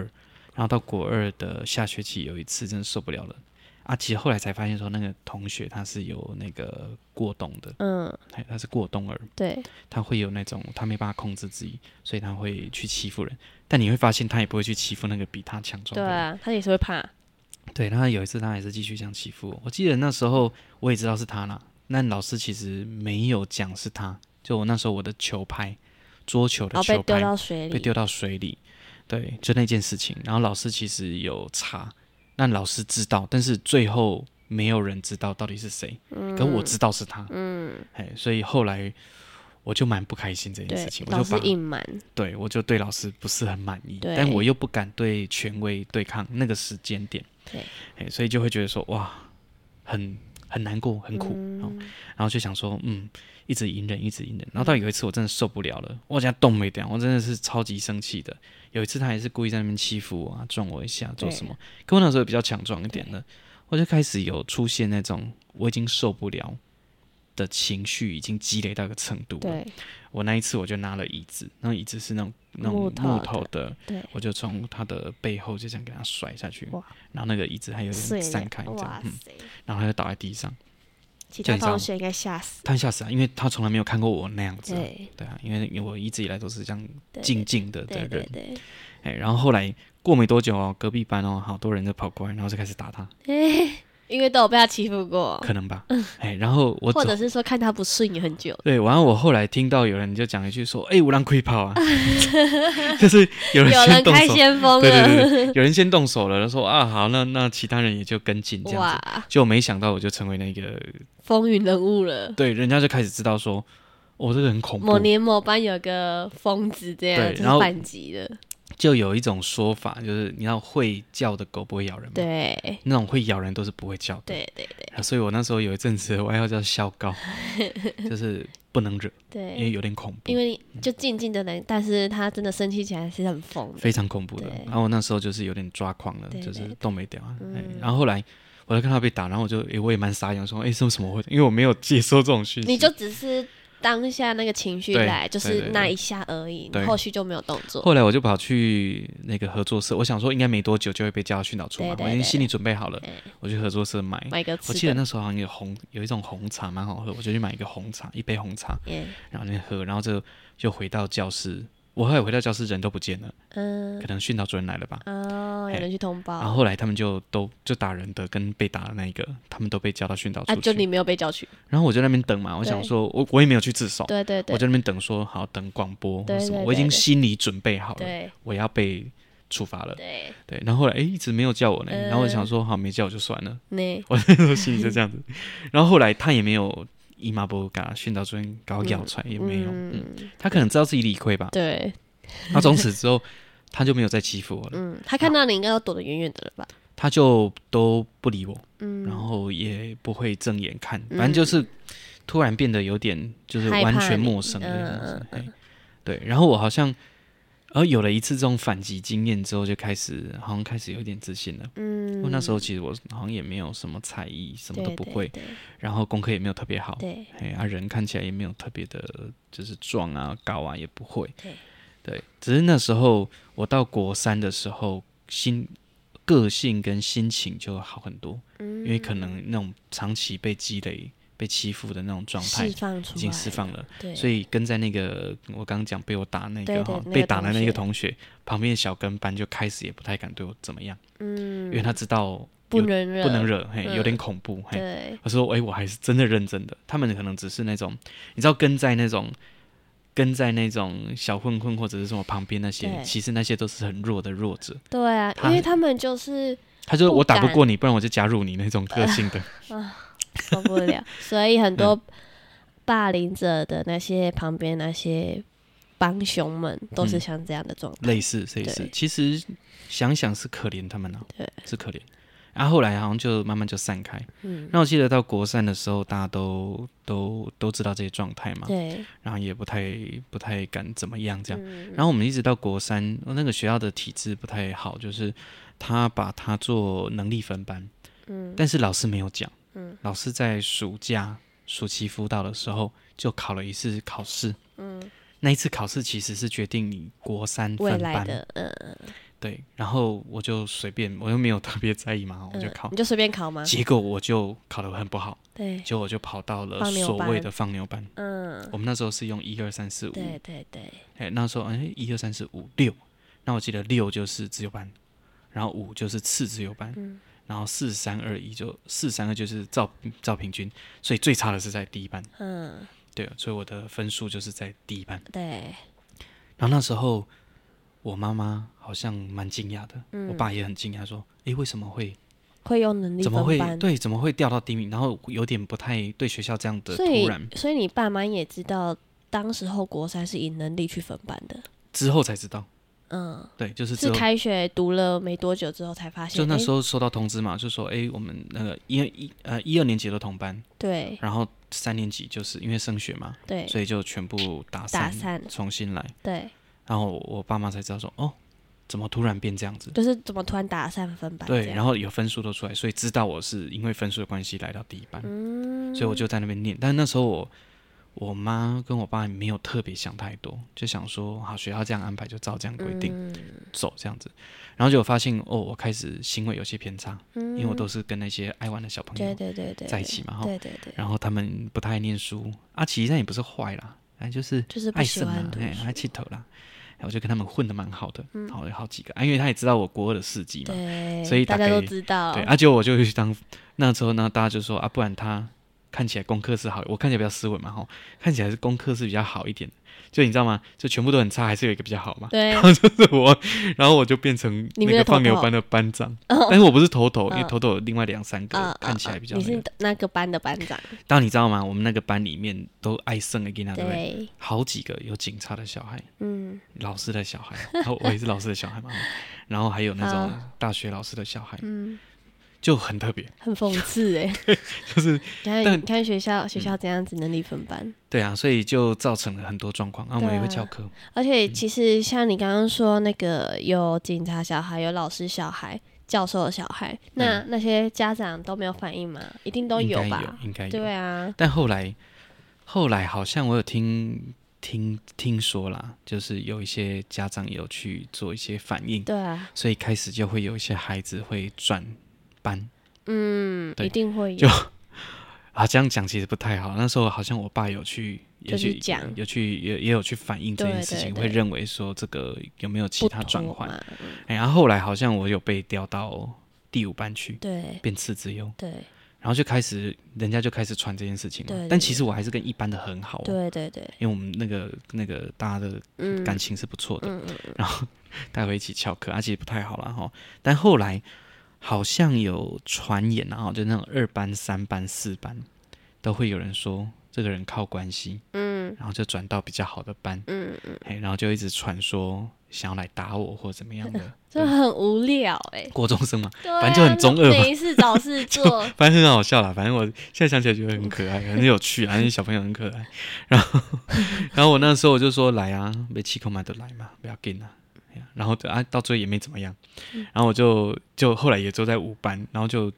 S2: 然后到国二的下学期有一次真的受不了了。啊，其实后来才发现说，那个同学他是有那个过动的，
S1: 嗯，
S2: 哎他是过动儿，
S1: 对，
S2: 他会有那种他没办法控制自己，所以他会去欺负人。但你会发现他也不会去欺负那个比他强壮
S1: 对
S2: 的人，
S1: 啊，他也是会怕，
S2: 对，然后有一次他还是继续这样欺负我。我记得那时候我也知道是他啦，那老师其实没有讲是他，就我那时候我的球拍，桌球
S1: 然
S2: 的
S1: 后哦被
S2: 球
S1: 丢
S2: 拍、
S1: 到水
S2: 被
S1: 里，
S2: 丢到水里，对，就那件事情。然后老师其实有查，那老师知道，但是最后没有人知道到底是谁，可我知道是他，
S1: 嗯，
S2: 哎，所以后来我就蛮不开心这件
S1: 对
S2: 事情，，我
S1: 老
S2: 就
S1: 师
S2: 把
S1: 隐瞒，
S2: 对我就对老师不是很满意，
S1: 对
S2: 但我又不敢对权威对抗那个时间点，
S1: 对
S2: 嘿，所以就会觉得说哇，很很难过，很
S1: 嗯
S2: 苦，哦然后就想说嗯，一直隐忍，一直隐忍，然后到
S1: 嗯
S2: 有一次我真的受不了了，我这样动没掉，我真的是超级生气的。有一次他也是故意在那边欺负我啊，撞我一下，做
S1: 对
S2: 什么？可我那时候比较强壮一点的，我就开始有出现那种我已经受不了的情绪，已经积累到一个程度了。
S1: 对
S2: 我那一次我就拿了椅子，那椅子是那种那种
S1: 木
S2: 木
S1: 头的
S2: 头的，
S1: 对，
S2: 我就从他的背后就这样给他甩下去
S1: 哇，
S2: 然后那个椅子还有
S1: 碎
S2: 点
S1: 了
S2: 散开这样
S1: 哇，
S2: 嗯，
S1: 塞，
S2: 然后他就倒在地上，
S1: 其
S2: 就
S1: 他
S2: 你知道
S1: 同学应该吓死，
S2: 他很吓死啊，因为他从来没有看过我那样子啊、
S1: 对
S2: 对啊，因为我一直以来都是这样
S1: 对，
S2: 静静的的
S1: 对对
S2: 人，
S1: 对，
S2: 哎，然后后来过没多久哦，隔壁班哦，好多人就跑过来，然后就开始打
S1: 哦
S2: 他，
S1: 因为都有被他欺负过，
S2: 可
S1: <laughs>
S2: 能吧，哎，然后我
S1: 或
S2: 走
S1: 者是说看他不顺眼很久，
S2: 对，然后我后来听到有人就讲一句说，哎，我让以跑啊， <laughs> 就是有人
S1: 有人
S2: 先动
S1: 开
S2: 手，
S1: 先 <laughs> 锋
S2: 对对
S1: 了，
S2: 对，对有人先动手了，说啊好，那那其他人也就跟进这样子。
S1: 哇，
S2: 就没想到我就成为那个，
S1: 风云人物了。
S2: 对，人家就开始知道说，我、这个很恐
S1: 某
S2: 怖。
S1: 年某班有个疯子这样，
S2: 对
S1: 就是
S2: 然后嗯
S1: 反击的，
S2: 就有一种说法，就是你要会叫的狗不会咬人嘛，
S1: 对
S2: 那种会咬人都是不会叫的。
S1: 对对对
S2: 啊所以我那时候有一阵子的外号叫笑
S1: <laughs>
S2: 高，就是不能惹，因为
S1: 对，
S2: 有点恐怖
S1: 因，为你就静静的人，但是他真的生气起来是很疯的，
S2: 非常恐怖的
S1: 对。
S2: 然后我那时候就是有点抓狂了，
S1: 对
S2: 就是
S1: 对嗯
S2: 动没掉啊。哎然后后来我就看他被打，然后我就、诶我也蛮傻眼，说哎，是为什么会？因为我没有接收这种讯息。
S1: 你就只是当下那个情绪
S2: 对
S1: 来，就
S2: 对
S1: 是
S2: 对
S1: 那
S2: 对
S1: 一下而已，
S2: 对
S1: 后续就没有动作。
S2: 后来我就跑去那个合作社，我想说应该没多久就会被叫到训导处嘛，
S1: 对对
S2: 我已经
S1: 对
S2: 心里准备好了，我去合作社买。
S1: 买个吃
S2: 我记得
S1: 的，
S2: 那时候好像有红有一种红茶蛮好喝，我就去买一个红茶，一杯红茶，
S1: 耶
S2: 然后那边喝，然后就就回到教室。我后来回到教室人都不见了，
S1: 嗯
S2: 可，能训导主任来了吧。
S1: 哦，有人去通报，
S2: 然后后来他们就都就打人的跟被打的那一个，他们都被叫到训导处
S1: 啊，
S2: 去。
S1: 就你没有被叫去，
S2: 然后我就在那边等嘛，我想
S1: 对
S2: 说我我也没有去自首，
S1: 对对对
S2: 我在那边等说好等广播或
S1: 对
S2: 者什么，
S1: 对
S2: 我已
S1: 对
S2: 经
S1: 对
S2: 心里准备好了，
S1: 对
S2: 我要被处罚了。
S1: 对，
S2: 对，然后后来哎一直没有叫我呢，然后我就想
S1: 呃
S2: 说好没叫我就
S1: <laughs>
S2: 算了，
S1: 那
S2: 我那时候心里就这样子。然后后来他也没有姨妈不嘎训导主任搞咬出来，也没有，嗯，
S1: 嗯，
S2: 他可能知道自己理亏吧。
S1: 对，
S2: 那从此之后，他就没有再欺负我了，
S1: 嗯，他看到你应该要躲得远远的了吧？
S2: 他就都不理我，
S1: 嗯，
S2: 然后也不会正眼看，反正就是突然变得有点就是
S1: 害怕
S2: 完全
S1: 你
S2: 陌生的
S1: 嗯
S2: 样子
S1: 嗯。
S2: 嘿对，然后我好像。而有了一次这种反击经验之后，就开始好像开始有一点自信了。
S1: 嗯
S2: 因为那时候其实我好像也没有什么才艺，什么都
S1: 对
S2: 不
S1: 对
S2: 会，
S1: 对
S2: 然后功课也没有特别好，
S1: 对，
S2: 哎，啊人看起来也没有特别的，就是壮啊、高啊，也不会。
S1: 对，
S2: 只是那时候我到国三的时候，心个性跟心情就好很多，因为可
S1: 嗯
S2: 能那种长期被积累、被欺负的那种状态
S1: 释
S2: 已
S1: 放出来，
S2: 经释放了。
S1: 对，
S2: 所以跟在那个我刚刚讲被我打那
S1: 对对
S2: 个哈
S1: 那个
S2: 被打的
S1: 同
S2: 那个
S1: 学
S2: 同学旁边的小跟班就开始也不太敢对我怎么样，
S1: 嗯
S2: 因为他知道
S1: 不
S2: 有
S1: 能忍，
S2: 不能惹，嘿，
S1: 嗯
S2: 有点恐怖，嘿，
S1: 对，
S2: 我说，哎、我还是真的认真的。他们可能只是那种，你知道，跟在那种跟在那种小混混或者是什么旁边那些，
S1: 对
S2: 其实那些都是很弱的弱者。
S1: 对啊，
S2: 他
S1: 因为他们就是
S2: <laughs> 他就是
S1: 不
S2: 我打不
S1: 敢
S2: 过你，不然我就加入你那种个
S1: <laughs>
S2: 性的。
S1: 受不了，所以很
S2: 嗯
S1: 多霸凌者的那些旁边那些帮凶们都是
S2: 嗯
S1: 像这样的状态。
S2: 类似类似
S1: 对，
S2: 其实想想是可怜他们啊，
S1: 对，
S2: 是可怜。然、后后来好像就慢慢就散开。
S1: 嗯，
S2: 那我记得到国三的时候，大家都都都知道这些状态嘛，
S1: 对，
S2: 然后也不太不太敢怎么嗯样这样。
S1: 嗯
S2: 然后我们一直到国三，那个学校的体制不太好，就是他把它做能力分班，
S1: 嗯
S2: 但是老师没有讲，
S1: 嗯
S2: 老师在暑假暑期辅导的时候就考了一次考试，
S1: 嗯，
S2: 那一次考试其实是决定你国三
S1: 未
S2: 分
S1: 来
S2: 班，
S1: 的嗯嗯
S2: 对，然后我就随便，我又没有 <laughs> 特别在意嘛，我就考，
S1: 嗯你就随便考吗？
S2: 结果我就考得很不好，
S1: 对，
S2: 结果我就跑到了
S1: 放牛
S2: 所谓
S1: 班
S2: 的放牛班。
S1: 嗯，
S2: 我们那时候是用一二三四
S1: 对
S2: 五，
S1: 对对，
S2: 哎，那时候哎一二三四五六，那我记得六就是自由班，然后五就是次自由班，
S1: 嗯
S2: 然后四三二一就四三二就是照照平均，所以最差的是在第一班，
S1: 嗯，
S2: 对，所以我的分数就是在第一班。
S1: 对，
S2: 然后那时候我妈妈好像蛮惊讶的，
S1: 嗯
S2: 我爸也很惊讶，说：“诶，为什么会
S1: 会用能力
S2: 怎么
S1: 分
S2: 会
S1: 班，
S2: 对怎么会掉到第一名？”然后有点不太对学校这样的
S1: 所以
S2: 突然，
S1: 所以你爸妈也知道，当时候国三是以能力去分班的，
S2: 之后才知道，
S1: 嗯，
S2: 对，就是之
S1: 是
S2: 后
S1: 开学读了没多久之后才发现，
S2: 就那
S1: 诶
S2: 时候收到通知嘛，就说：“诶，我们那个一一呃一二年级都同班，
S1: 对
S2: 然后三年级就是因为升学嘛，
S1: 对
S2: 所以就全部打
S1: 打
S2: 散，
S1: 散，
S2: 重新来。”
S1: 对，
S2: 然后我我爸妈才知道说：“哦，怎么突然变这样子？”
S1: 就是怎么突然打散分班这样，
S2: 对，然后有分数都出来，所以知道我是因为分数的关系来到第一班。
S1: 嗯，
S2: 所以我就在那边念。但那时候我我妈跟我爸没有特别想太多，就想说好学校这样安排就照这样规
S1: 嗯
S2: 定、走这样子。然后就发现哦，我开始行为有些偏差，
S1: 嗯，
S2: 因为我都是跟那些爱玩的小朋
S1: 对
S2: 友
S1: 对对对
S2: 在一，起嘛哈。
S1: 对对对，
S2: 然后他们不太爱念书啊，其实那也不是坏啦，哎就是
S1: 就是不
S2: 爱
S1: 喜
S2: 生
S1: 欢
S2: 啊，
S1: 读
S2: 哎
S1: 书嗯
S2: 爱气头啦。哎我就跟他们混的蛮好的，好有好几个啊，因为他也知道我国二的事迹嘛，
S1: 对，哦
S2: 所以
S1: 大
S2: 大
S1: 家都
S2: 概
S1: 知道，
S2: 对，啊，结果我就去当那时候呢，大家就说啊，不然他看起来功课是好，我看起来比较斯文嘛，吼，看起来是功课是比较好一点的。就你知道吗？就全部都很差，还是有一个比较好嘛。 <laughs>
S1: 对，
S2: 就是我，然后我就变成
S1: 你
S2: 那
S1: 没有
S2: 个
S1: 头
S2: 放牛
S1: 头
S2: 班的班长，
S1: <laughs>
S2: 但是我不是头头，因为
S1: 嗯
S2: 头头有另外两三个 <laughs> 看起来比较
S1: 啊你
S2: 那
S1: 是
S2: 个。
S1: 那个班的班长，
S2: 但你知道吗？我们那个班里面都爱生的给 <laughs> 他，对不对？
S1: 对，
S2: 好几个有警察的小孩，
S1: 嗯
S2: 老师的小孩， <laughs> 然后我也是老师的小孩嘛，吼然后还有那种大学老师的小孩，
S1: 嗯，
S2: 就很特别，
S1: 很讽
S2: <laughs>
S1: 刺哎，
S2: 就是
S1: 你看
S2: 但嗯
S1: 你看学校学校这样子能力分班，
S2: 对啊，所以就造成了很多状况。啊，我们也会翘课，
S1: 而
S2: 嗯
S1: 且其实像你刚刚说那个有警察小孩，有老师小孩。教授的小孩，那、那些家长都没有反应吗？一定都
S2: 嗯应该有
S1: 吧，？
S2: 应该有。
S1: 对啊，
S2: 但后来，后来好像我有听听听说啦，就是有一些家长有去做一些反应，
S1: 对啊，
S2: 所以开始就会有一些孩子会转班
S1: 嗯，
S2: 对
S1: 一定会有
S2: 就。啊。这样讲其实不太好。那时候好像我爸有去，也
S1: 就是
S2: 去
S1: 讲
S2: 有去也也有去反映这件事情，
S1: 对对对
S2: 会认为说这个有没有其
S1: 不
S2: 他转
S1: 同
S2: 换。
S1: 嘛，
S2: 哎，然后后来好像我有被调到第五班去，
S1: 对
S2: 变次之优。
S1: 对
S2: 然后就开始人家就开始传这件事情嘛。
S1: 对对
S2: 但其实我还是跟一般的很好、哦，
S1: 对对对，
S2: 因为我们那个那个大家的
S1: 嗯，
S2: 感情是不错的，
S1: 嗯嗯嗯
S2: 然后待会一起翘课，而、啊且不太好了哈。但后来好像有传言啊，就那种二班、三班、四班都会有人说。这个人靠关系，
S1: 嗯
S2: 然后就转到比较好的班，
S1: 嗯嗯，，
S2: 哎，然后就一直传说想要来打我或怎么样的
S1: <laughs> 就很无聊哎，
S2: 国中生嘛，
S1: 对啊
S2: 反正就很中二嘛
S1: 没事找事做，
S2: <laughs> 反正很好笑啦，反正我现在想起来觉得很可爱，很有趣啊，那些小朋友很可爱。然后，然后我那时候我就说来啊，被气空嘛就来嘛，不要紧啊。哎呀然后啊，到最后也没怎么样。
S1: 嗯
S2: 然后我就就后来也就在五班，然后就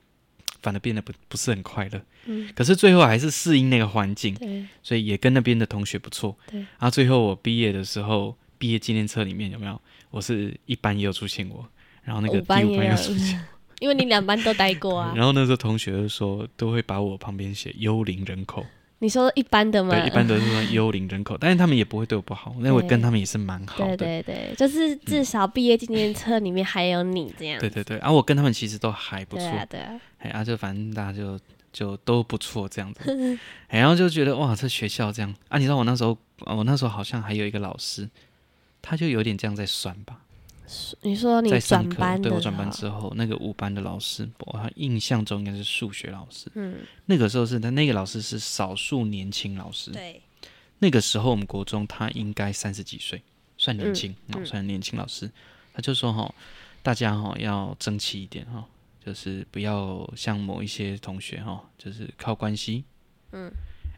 S2: 反而变得不不是很快乐。
S1: 嗯，
S2: 可是最后还是适应那个环境，
S1: 对
S2: 所以也跟那边的同学不错。
S1: 对
S2: 然后最后我毕业的时候，毕业纪念册里面有没有？我是一班也有出现我，然后那个
S1: 五
S2: 第
S1: 班
S2: 五班
S1: 也
S2: 有
S1: 有
S2: 出现。，
S1: 因
S2: 嗯
S1: 为你两班都待过啊， <laughs>
S2: 然后那时候同学就说，都会把我旁边写“幽灵人口”，
S1: 你说一般的吗？
S2: 对，一般都是说幽灵人口，但是他们也不会对我不好，因为我跟他们也是蛮好
S1: 对
S2: 的。嗯
S1: 对对，就是至少毕业纪念册里面还有你这样。
S2: 对对对，啊，我跟他们其实都还不
S1: 对
S2: 错，
S1: 啊对啊，
S2: 哎，啊，就反正大家就就都不错这样子，
S1: <laughs>
S2: 哎，然后就觉得哇，这学校这样啊，你知道我那时候，呃我那时候好像还有一个老师，他就有点这样在算吧，
S1: 你说你
S2: 在上
S1: 转
S2: 课，
S1: 班的时
S2: 对
S1: 候，
S2: 我转班之后，那个五班的老师，我好像印象中应该是数学老师，
S1: 嗯，
S2: 那个时候是他那个老师是少数年轻老师，
S1: 对，
S2: 那个时候我们国中他应该三十几岁，算年轻，
S1: 嗯
S2: 哦
S1: 嗯
S2: 算年轻老师。他就说哈，大家哈要争气一点哈，就是不要像某一些同学哈，就是靠关系。
S1: 嗯，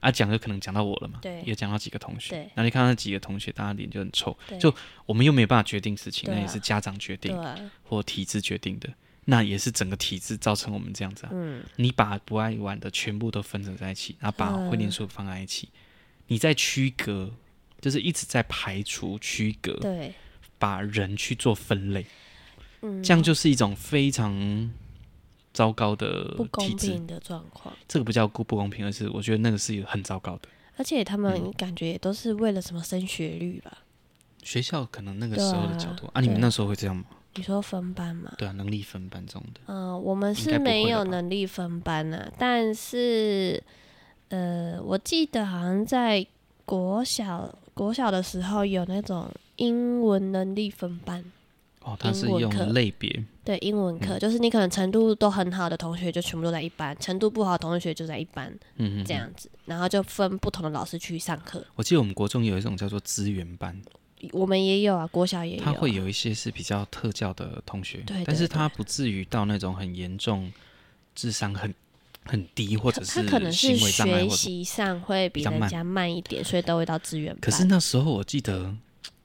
S2: 啊，讲就可能讲到我了嘛，
S1: 对
S2: 也讲到几个同学
S1: 对，
S2: 然后你看到那几个同学，大家脸就很臭，
S1: 对
S2: 就我们又没办法决定事情，
S1: 对啊
S2: 那也是家长决
S1: 对
S2: 定
S1: 啊，
S2: 或体制决定的，那也是整个体制造成我们这样子啊。
S1: 嗯，
S2: 你把不爱玩的全部都分成在一起，然后把
S1: 嗯
S2: 会念书的放在一起，你在区隔，就是一直在排除区隔，
S1: 对，
S2: 把人去做分类，
S1: 嗯，
S2: 这样就是一种非常糟糕的
S1: 不公
S2: 呃体制。
S1: 平的状况。
S2: 这个不叫不不公平，而是我觉得那个是很糟糕的。
S1: 而且
S2: 嗯
S1: 他们感觉也都是为了什么升学率吧？
S2: 学校可能那个时候的角度
S1: 对啊
S2: 啊，你们
S1: 对
S2: 那时候会这样吗？
S1: 你说分班嘛？
S2: 对啊，能力分班这种的，
S1: 嗯、我们
S2: 应该
S1: 是
S2: 不会
S1: 没
S2: 了
S1: 有
S2: 吧
S1: 能力分班呐、但是呃，我记得好像在国小国小的时候有那种英文能力分班，
S2: 哦，它是
S1: 英文
S2: 用
S1: 课
S2: 类别，
S1: 对，英文课、就是你可能程度都很好的同学就全部都在一班，程度不好的同学就在一班
S2: 嗯嗯，嗯
S1: 这。样子，然后就分不同的老师去上课。
S2: 我记得我们国中有一种叫做资源班，
S1: 我们也有啊，国小也有、
S2: 他
S1: 啊，
S2: 会有一些是比较特教的同学，
S1: 对
S2: 但
S1: 对
S2: 是他不至于到那种很严重、智商很很低，或者
S1: 他可能
S2: 行
S1: 是
S2: 为障碍
S1: 学
S2: 或者。
S1: 习上会比
S2: 比较
S1: 人
S2: 慢
S1: 家慢一点，所以都会到资源班。
S2: 可是那时候我记得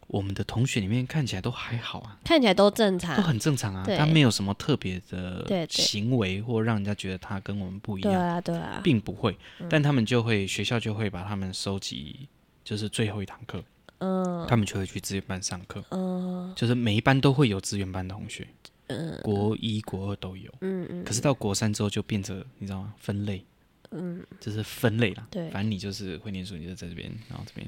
S2: 我们的同学里面看起来都还好啊，
S1: 看起来都正常
S2: 都，很正常啊，
S1: 对
S2: 他没有什么特别
S1: 对
S2: 的
S1: 对
S2: 行为或让人家觉得他跟我们不一
S1: 对
S2: 样，
S1: 啊，对啊，
S2: 并不会。但他们就会学校就会把他们收集，就是最后一堂课，
S1: 嗯
S2: 他们就会去资源班上课，
S1: 嗯
S2: 就是每一班都会有资源班的同学，
S1: 嗯
S2: 国一、国二都有。
S1: 嗯嗯，
S2: 可是到国三之后就变成你知道吗？分类，
S1: 嗯
S2: 就是分类啦。
S1: 对
S2: 反正你就是会念书，你就在这边，然后这边，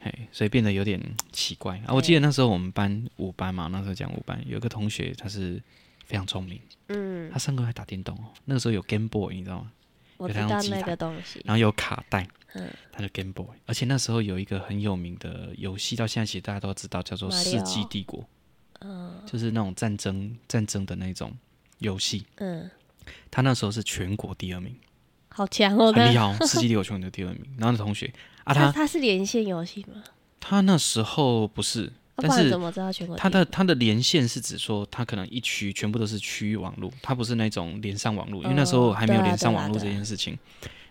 S2: 嘿，所以变得有点奇怪啊。我记得那时候我们班五班嘛，那时候讲五班，有一个同学他是非常聪明，
S1: 嗯，
S2: 他上课还打电动哦。那个时候有 Game Boy，你知道吗？
S1: 我
S2: 有
S1: 知
S2: 他用
S1: 道
S2: 鸡
S1: 那
S2: 蛋
S1: 个东西，
S2: 然后有卡带
S1: 嗯，
S2: 他的 Game Boy，而且那时候有一个很有名的游戏，到现在其实大家都知道，叫做《
S1: 马里
S2: 世
S1: 奥
S2: 纪帝国》，
S1: 嗯
S2: 就是那种战争战争的那种游戏。
S1: 嗯，
S2: 他那时候是全国第二名。
S1: 好强哦，
S2: 很
S1: 那
S2: 厉害哦，世纪帝国球员的第二名。然后那同学啊，
S1: 他 <laughs>
S2: 他
S1: 他是连线游戏吗？
S2: 他那时候不是，
S1: 啊不
S2: 但
S1: 然
S2: 是
S1: 怎么知道全国第一？
S2: 他的他的连线是指说，他可能一区全部都是区域网络，他不是那种连上网络，因为那时候还没有
S1: 对啊
S2: 连上
S1: 对啊
S2: 网络这
S1: 对啊
S2: 件事情。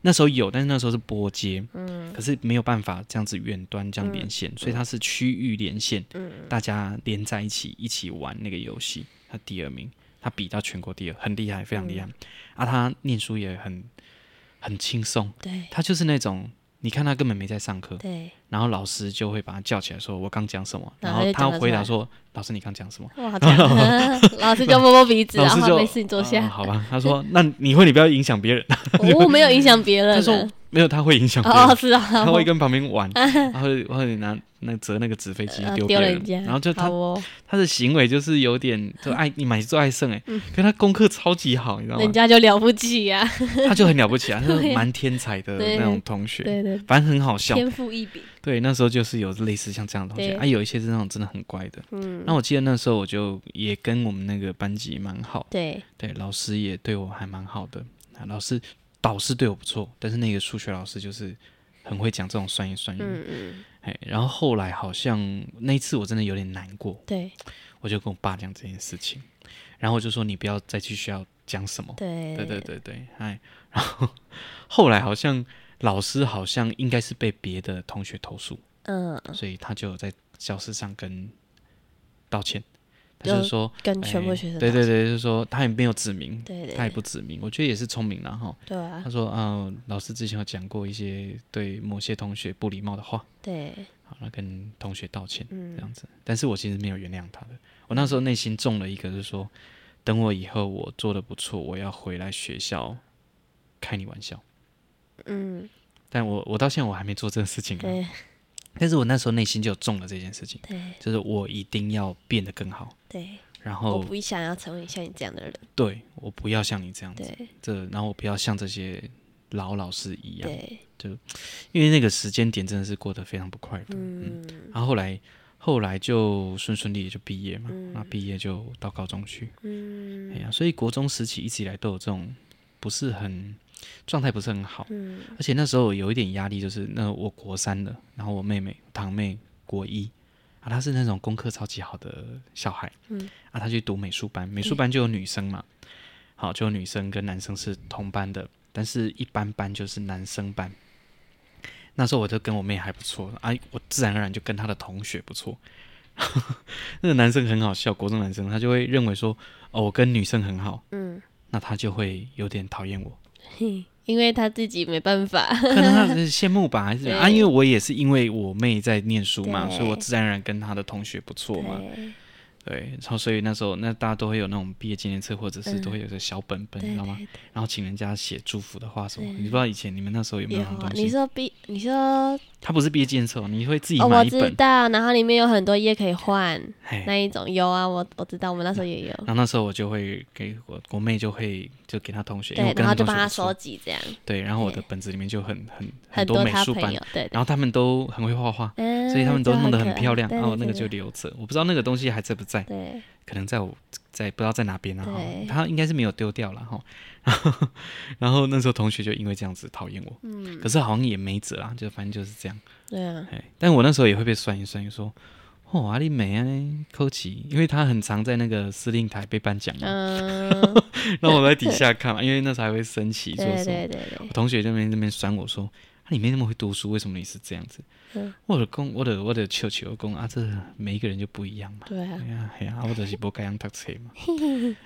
S2: 那时候有，但是那时候是拨接，
S1: 嗯
S2: 可是没有办法这样子远端这样连线，所以它是区域连线，
S1: 嗯
S2: 大家连在一起一起玩那个游戏。他第二名，他比到全国第二，很厉害，非常
S1: 嗯
S2: 厉害。啊，他念书也很很轻松，
S1: 对
S2: 他就是那种，你看他根本没在上课，
S1: 对，
S2: 然后老师就会把他叫起来说：“我刚讲什么？”
S1: 然
S2: 然
S1: 后
S2: 后他
S1: 就讲得
S2: 回答说：“老师，你刚讲什么
S1: 哇，好强
S2: <laughs>
S1: 啊，老师就摸摸鼻？”子，
S2: 老
S1: 然
S2: 师
S1: 后
S2: 就
S1: 没事你坐
S2: 嗯
S1: 下，
S2: 好吧，他说：“那你会，你不要影响别人。
S1: 我我没有影响别人
S2: 他说
S1: 呢，”
S2: 没有，他会影响别
S1: 哦
S2: 人，
S1: 是啊，
S2: <laughs> 他会跟旁边
S1: <laughs>
S2: 玩，他会或者拿那折那个纸飞机
S1: 呃
S2: 丢别
S1: 丢
S2: 人
S1: 人，家，
S2: 然后就
S1: 好
S2: 他
S1: 哦，
S2: 他的行为就是有点
S1: <laughs>
S2: 就爱你买做爱胜哎，
S1: 嗯
S2: 可是他功课超级好，你知道
S1: 人
S2: 吗？
S1: 家就了不起啊，
S2: 他就很了不起啊，他
S1: <laughs> 对
S2: 是
S1: 啊
S2: 蛮天才的
S1: 对
S2: 那种同学，
S1: 对对，
S2: 反正很好笑。
S1: 天赋异禀，
S2: 对，那时候就是有类似像这样的同学
S1: 对
S2: 啊，有一些是那种真的很乖的。
S1: 嗯，
S2: 那我记得那时候我就也跟我们那个班级蛮好，
S1: 对，
S2: 对，老师也对我还蛮好的。啊老师导师对我不错，但是那个数学老师就是很会讲这种酸言酸语。
S1: 嗯嗯
S2: 哎，然后后来好像那一次我真的有点难过，
S1: 对
S2: 我就跟我爸讲这件事情，然后我就说你不要再去学校讲什么。
S1: 对
S2: 对对对对，哎，然后 <laughs> 后来好像老师好像应该是被别的同学投诉，
S1: 嗯，
S2: 所以他就有在教室上跟道歉，他
S1: 就
S2: 就是说
S1: 跟全部
S2: 哎
S1: 学生
S2: 对
S1: 打
S2: 对对，就是说他也没有指明，
S1: 对对
S2: 他也不指明，我觉得也是聪明了哈。
S1: 对啊
S2: 他，说，嗯、老师之前有讲过一些对某些同学不礼貌的话，
S1: 对，
S2: 好，那跟同学道歉这
S1: 嗯
S2: 样子，但是我其实没有原谅他的，我那时候内心中了一个，就是说，等我以后我做的不错，我要回来学校开你玩笑。
S1: 嗯，
S2: 但我我到现在我还没做这个事情、啊，
S1: 对
S2: 但是我那时候内心就中了这件事情，
S1: 对
S2: 就是我一定要变得更好，
S1: 对，
S2: 然
S1: 我
S2: 后
S1: 不想要成为像你这样的人，
S2: 对我不要像你这样子，
S1: 对
S2: 这然后我不要像这些老老师一样，
S1: 对，
S2: 因为那个时间点真的是过得非常不快乐。嗯，
S1: 嗯
S2: 然后后来后来就顺顺利利就毕业嘛，
S1: 嗯
S2: 那毕业就到高中去，哎
S1: 嗯
S2: 呀，所以国中时期一直以来都有这种不是很状态不是很好，
S1: 嗯
S2: 而且那时候有一点压力，就是那我国三了，然后我妹妹堂妹国一啊，她是那种功课超级好的小孩，
S1: 嗯
S2: 啊，她去读美术班，美术班就有女生嘛，好，就有女生跟男生是同班的，但是一般班就是男生班。那时候我就跟我妹还不错啊，我自然而然就跟她的同学不错。 <laughs> 那个男生很好笑，国中男生他就会认为说，哦，我跟女生很好，
S1: 嗯，
S2: 那他就会有点讨厌我。
S1: 嘿因为他自己没办法，
S2: 可能他只是羡慕吧，还是怎么样啊？
S1: 对
S2: 因为我也是因为我妹在念书嘛，
S1: 对
S2: 所以我自然而然跟她的同学不错嘛。
S1: 对
S2: 对，然后所以那时候那大家都会有那种毕业纪念册，或者是
S1: 嗯
S2: 都会有个小本本，你
S1: 对
S2: 知道吗
S1: 对？
S2: 然后请人家写祝福的话什么。
S1: 对
S2: 你不知道以前你们那时候有没
S1: 有
S2: 有那种
S1: 啊
S2: 东
S1: 你
S2: 西？
S1: 说毕，你说
S2: 它不是毕业纪念册哦，你会自己
S1: 哦，
S2: 买
S1: 我
S2: 一
S1: 知
S2: 本。哎
S1: 道，然后里面有很多页可以换，
S2: 嘿，
S1: 那一种有啊，我我知道，我们那时候也有，
S2: 然后那时候我就会给我我妹就会就给她同学，因为
S1: 对
S2: 我，跟
S1: 然后
S2: 她
S1: 就帮
S2: 同学
S1: 他
S2: 不
S1: 收
S2: 错。
S1: 集这样，
S2: 对，然后我的
S1: 对
S2: 本子里面就很很
S1: 很
S2: 多美
S1: 他
S2: 术
S1: 朋
S2: 班
S1: 友，，对的，
S2: 然后他们都很会画画。
S1: 嗯
S2: 所以他们都弄得很漂亮，
S1: 对
S2: 然后那个就
S1: 对
S2: 留着。我不知道那个东西还在不在，
S1: 对
S2: 可能在我在不知道在哪边啊。哈
S1: 对
S2: 他应该是没有丢掉了哈。 <laughs> 然后然后那时候同学就因为这样子讨厌我，
S1: 嗯
S2: 可是好像也没辙啦，就反正就是这样。
S1: 对
S2: <laughs>
S1: 啊，
S2: 哎，但我那时候也会被酸一酸，就说。哦，阿丽美啊，扣奇，因为他很常在那个司令台被颁奖嘛， <laughs>
S1: 嗯， <laughs>
S2: 然后我在底下看嘛，因为那时候还会升旗做
S1: 对
S2: 什么
S1: 对对，对
S2: 我，同学在那边那边酸我说：“啊，你没那么会读书，为什么你是这样子？”
S1: 嗯
S2: 我的公，我的我的求求公啊，这每一个人就不一样嘛。
S1: 对啊
S2: 哎，呀哎呀，我就是不该样读册
S1: <laughs>
S2: 嘛。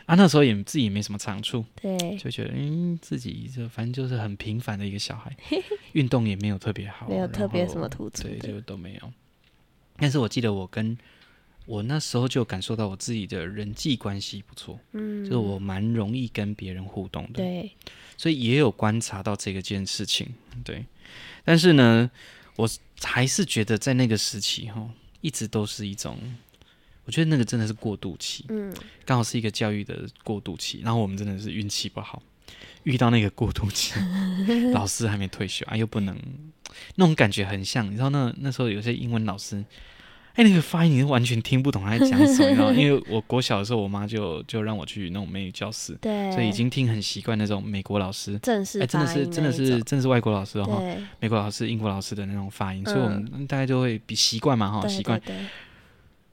S2: 啊，那时候也自己也没什么长处，
S1: 对，
S2: 就觉得嗯，自己就反正就是很平凡的一个
S1: <laughs>
S2: 小孩，运动也没有特别好，
S1: 没有特别
S2: 然后
S1: 什么突出
S2: 对，
S1: 的，
S2: 就都没有。但是我记得我跟我那时候就感受到我自己的人际关系不错，
S1: 嗯，
S2: 就是我蛮容易跟别人互动的。
S1: 对，
S2: 所以也有观察到这个件事情，对。但是呢，我还是觉得在那个时期哈，一直都是一种，我觉得那个真的是过渡期，
S1: 嗯，
S2: 刚好是一个教育的过渡期。然后我们真的是运气不好，遇到那个过
S1: <laughs>
S2: 渡期，老师还没退休啊，又不能，那种感觉很像，你知道那那时候有些英文老师。哎，那个发音你是完全听不懂他在讲什么，你知道
S1: <laughs>
S2: 吗？因为我国小的时候，我妈就就让我去那种美语教室，
S1: 对，
S2: 所以已经听很习惯那种美国老师，
S1: 正式
S2: 哎，真的
S1: 发
S2: 是
S1: 音
S2: 真的
S1: 那一
S2: 是
S1: 种
S2: 真的是外国老师哦，哈
S1: 对
S2: 美国老师、英国老师的那种发音，
S1: 嗯
S2: 所以我们大家就会比习惯嘛哈，
S1: 对
S2: 哦习惯。
S1: 对